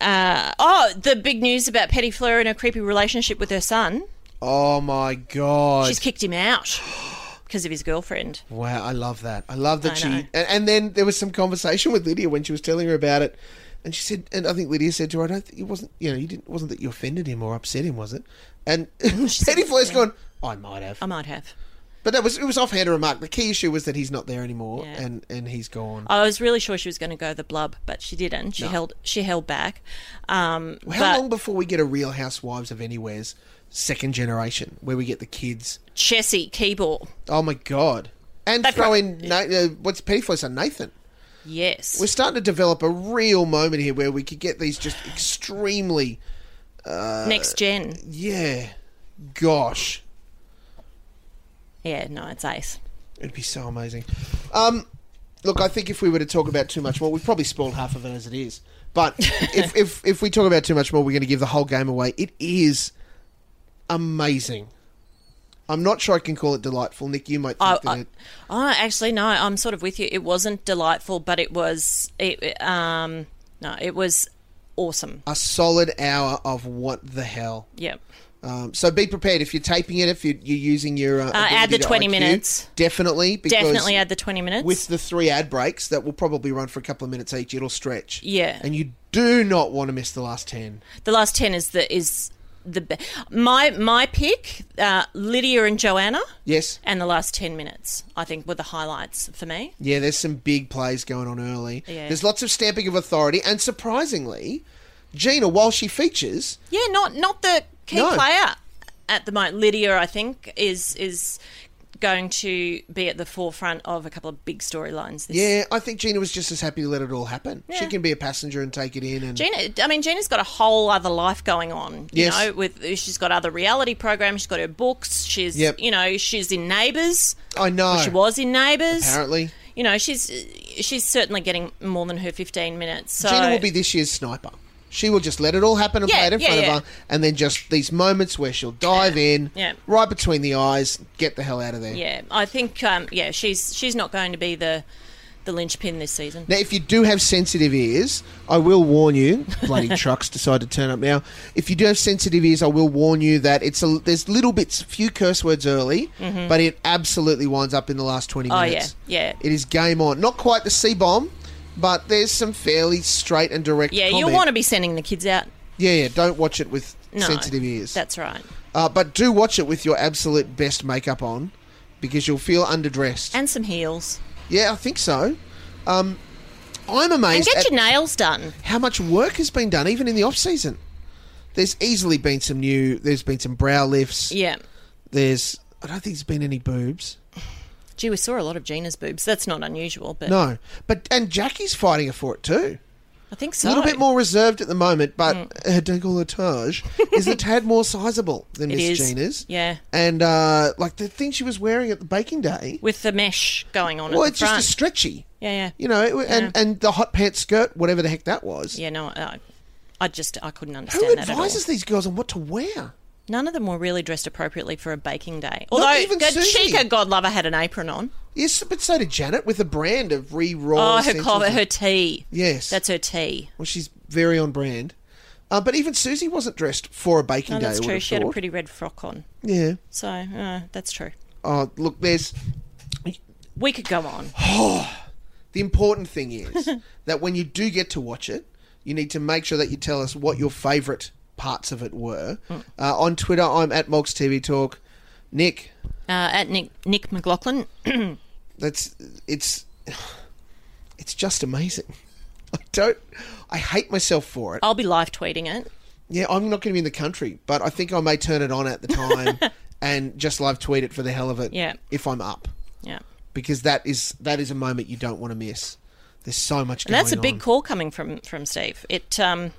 Speaker 7: uh, oh, the big news about Petty Fleur and her creepy relationship with her son.
Speaker 1: oh my god!
Speaker 7: She's kicked him out *gasps* because of his girlfriend.
Speaker 1: Wow, I love that. I love that
Speaker 7: I
Speaker 1: she.
Speaker 7: know.
Speaker 1: And, and then there was some conversation with Lydia when she was telling her about it, and she said, and I think Lydia said to her, "I don't think it wasn't. You know, you didn't. It wasn't that you offended him or upset him, was it?" And *laughs* Petty Flair's gone. I might have,
Speaker 7: I might have.
Speaker 1: but that was it was offhand remark. The key issue was that he's not there anymore,
Speaker 7: Yeah.
Speaker 1: and and he's gone.
Speaker 7: I was really sure she was going to go the blub, but she didn't. She held she held back. Um,
Speaker 1: How
Speaker 7: but
Speaker 1: long before we get a Real Housewives of Anywhere's second generation, where we get the kids?
Speaker 7: Chessie Keyball,
Speaker 1: Oh my god! And
Speaker 7: That's
Speaker 1: throw
Speaker 7: right.
Speaker 1: in Na- uh, what's Petty Flair's son, Nathan.
Speaker 7: yes,
Speaker 1: We're starting to develop a real moment here where we could get these just extremely, uh,
Speaker 7: next gen.
Speaker 1: yeah, gosh,
Speaker 7: Yeah, no, it's ace.
Speaker 1: it'd be so amazing. Um, look, I think if we were to talk about too much more, we've probably spoiled half of it as it is.
Speaker 7: *laughs*
Speaker 1: But if, if if we talk about too much more, we're going to give the whole game away. It is amazing. I'm not sure I can call it delightful, Nick. You might think
Speaker 7: I,
Speaker 1: that
Speaker 7: I,
Speaker 1: it.
Speaker 7: oh, actually, no, I'm sort of with you. It wasn't delightful, but it was. It, um, no, it was awesome.
Speaker 1: a solid hour of what the hell.
Speaker 7: Yep.
Speaker 1: Um, so be prepared if you're taping it, if you're, you're using your uh,
Speaker 7: add
Speaker 1: ability
Speaker 7: the
Speaker 1: to
Speaker 7: 20
Speaker 1: IQ,
Speaker 7: minutes.
Speaker 1: definitely because
Speaker 7: Definitely add the 20 minutes.
Speaker 1: with the three ad breaks that will probably run for a couple of minutes each. It'll stretch,
Speaker 7: Yeah.
Speaker 1: and you do not want to miss the last ten.
Speaker 7: the last 10 is the is the be- my my pick uh, Lydia and Joanna
Speaker 1: Yes,
Speaker 7: and the last 10 minutes I think were the highlights for me.
Speaker 1: yeah, there's some big plays going on early.
Speaker 7: Yeah.
Speaker 1: There's lots of stamping of authority, and surprisingly, Gina, while she features,
Speaker 7: Yeah, not not the key
Speaker 1: No.
Speaker 7: player at the moment. Lydia, I think, is is going to be at the forefront of a couple of big storylines. This
Speaker 1: yeah, I think Gina was just as happy to let it all happen. She
Speaker 7: Yeah.
Speaker 1: can be a passenger and take it in, and
Speaker 7: Gina, I mean, Gina's got a whole other life going on. You
Speaker 1: Yes.
Speaker 7: know, with she's got other reality programs. She's got her books. She's,
Speaker 1: Yep.
Speaker 7: you know, she's in Neighbours.
Speaker 1: I know
Speaker 7: She was in Neighbours.
Speaker 1: apparently.
Speaker 7: You know, she's she's certainly getting more than her fifteen minutes. So
Speaker 1: Gina will be this year's sniper. She will just let it all happen and
Speaker 7: Yeah,
Speaker 1: play it in
Speaker 7: yeah,
Speaker 1: front
Speaker 7: yeah.
Speaker 1: of her, and then just these moments where she'll dive in,
Speaker 7: Yeah.
Speaker 1: right between the eyes, get the hell out of there.
Speaker 7: Yeah, I think. Um, yeah, she's she's not going to be the the linchpin this season.
Speaker 1: Now, if you do have sensitive ears, I will warn you.
Speaker 7: *laughs*
Speaker 1: Bloody trucks decide to turn up now. If you do have sensitive ears, I will warn you that it's a, there's little bits, few curse words early, but it absolutely winds up in the last twenty
Speaker 7: Mm-hmm. Oh,
Speaker 1: minutes.
Speaker 7: yeah, yeah.
Speaker 1: It is game on. Not quite the C bomb, but there's some fairly straight and direct.
Speaker 7: Yeah,
Speaker 1: comment.
Speaker 7: you'll want to be sending the kids out.
Speaker 1: Yeah, yeah. Don't watch it with
Speaker 7: No,
Speaker 1: sensitive ears.
Speaker 7: That's right.
Speaker 1: Uh, but do watch it with your absolute best makeup on, because you'll feel underdressed.
Speaker 7: And some heels.
Speaker 1: yeah, I think so. Um, I'm
Speaker 7: And
Speaker 1: amazed
Speaker 7: get
Speaker 1: at
Speaker 7: your nails done.
Speaker 1: how much work has been done, even in the off season. There's easily been some new. There's been some brow lifts.
Speaker 7: Yeah.
Speaker 1: There's. I don't think there's been any boobs.
Speaker 7: Gee, we saw a lot of Gina's boobs. That's not unusual, but
Speaker 1: No, but and Jackie's fighting her for it too.
Speaker 7: I think
Speaker 1: A
Speaker 7: so.
Speaker 1: little bit more reserved at the moment, but
Speaker 7: Mm.
Speaker 1: her decolletage is a tad more sizable than
Speaker 7: *laughs* It
Speaker 1: Miss
Speaker 7: is.
Speaker 1: Gina's.
Speaker 7: Yeah.
Speaker 1: and uh, like the thing she was wearing at the baking day.
Speaker 7: with the mesh going on
Speaker 1: Well,
Speaker 7: at the
Speaker 1: it's
Speaker 7: front.
Speaker 1: just a stretchy.
Speaker 7: Yeah, yeah.
Speaker 1: You know, it- and
Speaker 7: Yeah.
Speaker 1: and the hot pants skirt, whatever the heck that was.
Speaker 7: yeah, no, I, I just I couldn't understand
Speaker 1: Who
Speaker 7: that at all.
Speaker 1: advises these girls on what to wear?
Speaker 7: None of them were really dressed appropriately for a baking day. Although
Speaker 1: even
Speaker 7: the
Speaker 1: Susie.
Speaker 7: Chica God lover had an apron on.
Speaker 1: Yes, but so did Janet with a brand of re-roll.
Speaker 7: Oh, her
Speaker 1: essentials.
Speaker 7: cover, her tea.
Speaker 1: Yes,
Speaker 7: That's her tea.
Speaker 1: well, she's very on brand. Uh, but even Susie wasn't dressed for a baking
Speaker 7: No,
Speaker 1: day.
Speaker 7: Oh,
Speaker 1: I
Speaker 7: that's
Speaker 1: would
Speaker 7: true.
Speaker 1: have
Speaker 7: She had a
Speaker 1: thought.
Speaker 7: pretty red frock on.
Speaker 1: Yeah.
Speaker 7: So uh, that's true.
Speaker 1: Oh, look, there's
Speaker 7: We could go on. Uh,
Speaker 1: the important thing
Speaker 7: *laughs*
Speaker 1: is that when you do get to watch it, you need to make sure that you tell us what your favourite parts of it were.
Speaker 7: Hmm.
Speaker 1: Uh, on Twitter, I'm at Mogs TV Talk. Nick,
Speaker 7: Uh, at Nick Nick McLaughlin.
Speaker 1: that's it's *sighs* it's just amazing. *laughs* I don't. I hate myself for it.
Speaker 7: I'll be live tweeting it.
Speaker 1: Yeah, I'm not going to be in the country, but I think I may turn it on at the
Speaker 7: *laughs*
Speaker 1: time and just live tweet it for the hell of it.
Speaker 7: Yeah.
Speaker 1: If I'm up,
Speaker 7: Yeah.
Speaker 1: because that is that is a moment you don't want to miss. There's so much.
Speaker 7: And that's a
Speaker 1: going
Speaker 7: big
Speaker 1: on.
Speaker 7: call coming from from Steve. It um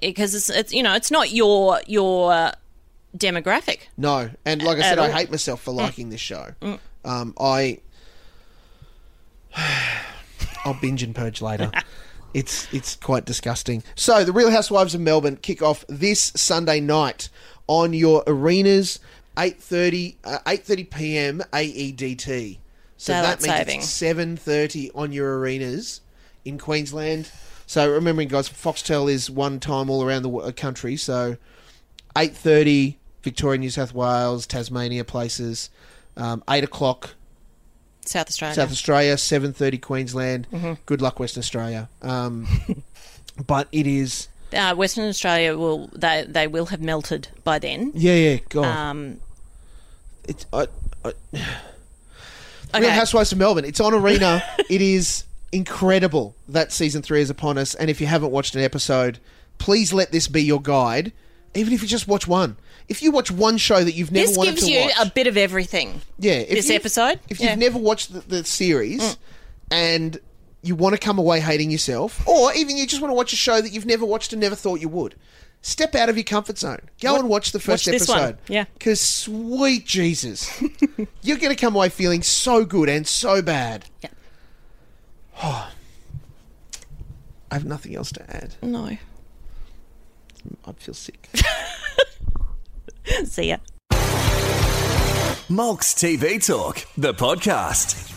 Speaker 7: because it's, it's you know, it's not your your uh, demographic.
Speaker 1: No, and like I said, I
Speaker 7: all. Mm.
Speaker 1: hate myself for liking this show. Um, I *sighs* I'll binge and purge
Speaker 7: *laughs*
Speaker 1: later. it's it's quite disgusting. So the Real Housewives of Melbourne kick off this Sunday night on your arenas, 8.30, uh, 8.30 p.m. AEDT. E So
Speaker 7: Daylight
Speaker 1: that means
Speaker 7: saving.
Speaker 1: it's 7.30 on your arenas in Queensland. So remembering, guys, Foxtel is one time all around the wo- uh, country. So 8.30 Victoria, New South Wales, Tasmania places. Um, 8 o'clock
Speaker 7: South Australia.
Speaker 1: South Australia, seven thirty Queensland.
Speaker 7: Mm-hmm.
Speaker 1: Good luck, Western Australia.
Speaker 7: *laughs*
Speaker 1: Um, but it is
Speaker 7: uh, Western Australia will they they will have melted by then.
Speaker 1: yeah, yeah. God,
Speaker 7: Um,
Speaker 1: it's I, I, *sighs*
Speaker 7: okay.
Speaker 1: Real Housewives of Melbourne. It's on
Speaker 7: *laughs*
Speaker 1: Arena. it is incredible that season three is upon us. And if you haven't watched an episode, please let this be your guide. Even if you just watch one, if you watch one show that you've never
Speaker 7: this
Speaker 1: wanted
Speaker 7: gives
Speaker 1: to
Speaker 7: you
Speaker 1: watch,
Speaker 7: a bit of everything.
Speaker 1: Yeah, if
Speaker 7: this
Speaker 1: you've-
Speaker 7: episode.
Speaker 1: If
Speaker 7: Yeah. Mm.
Speaker 1: you've never watched the, the series and you want to come away hating yourself, or even you just want to watch a show that you've never watched and never thought you would, step out of your comfort zone. Go and watch the first
Speaker 7: watch this one.
Speaker 1: episode.
Speaker 7: Yeah.
Speaker 1: Because sweet
Speaker 7: *laughs*
Speaker 1: Jesus, you're going to come away feeling so good and so bad. *sighs*
Speaker 7: Yeah.
Speaker 1: I have nothing else to add.
Speaker 7: no,
Speaker 1: I feel sick.
Speaker 7: *laughs* see ya.
Speaker 11: Mulk's TV Talk, the podcast.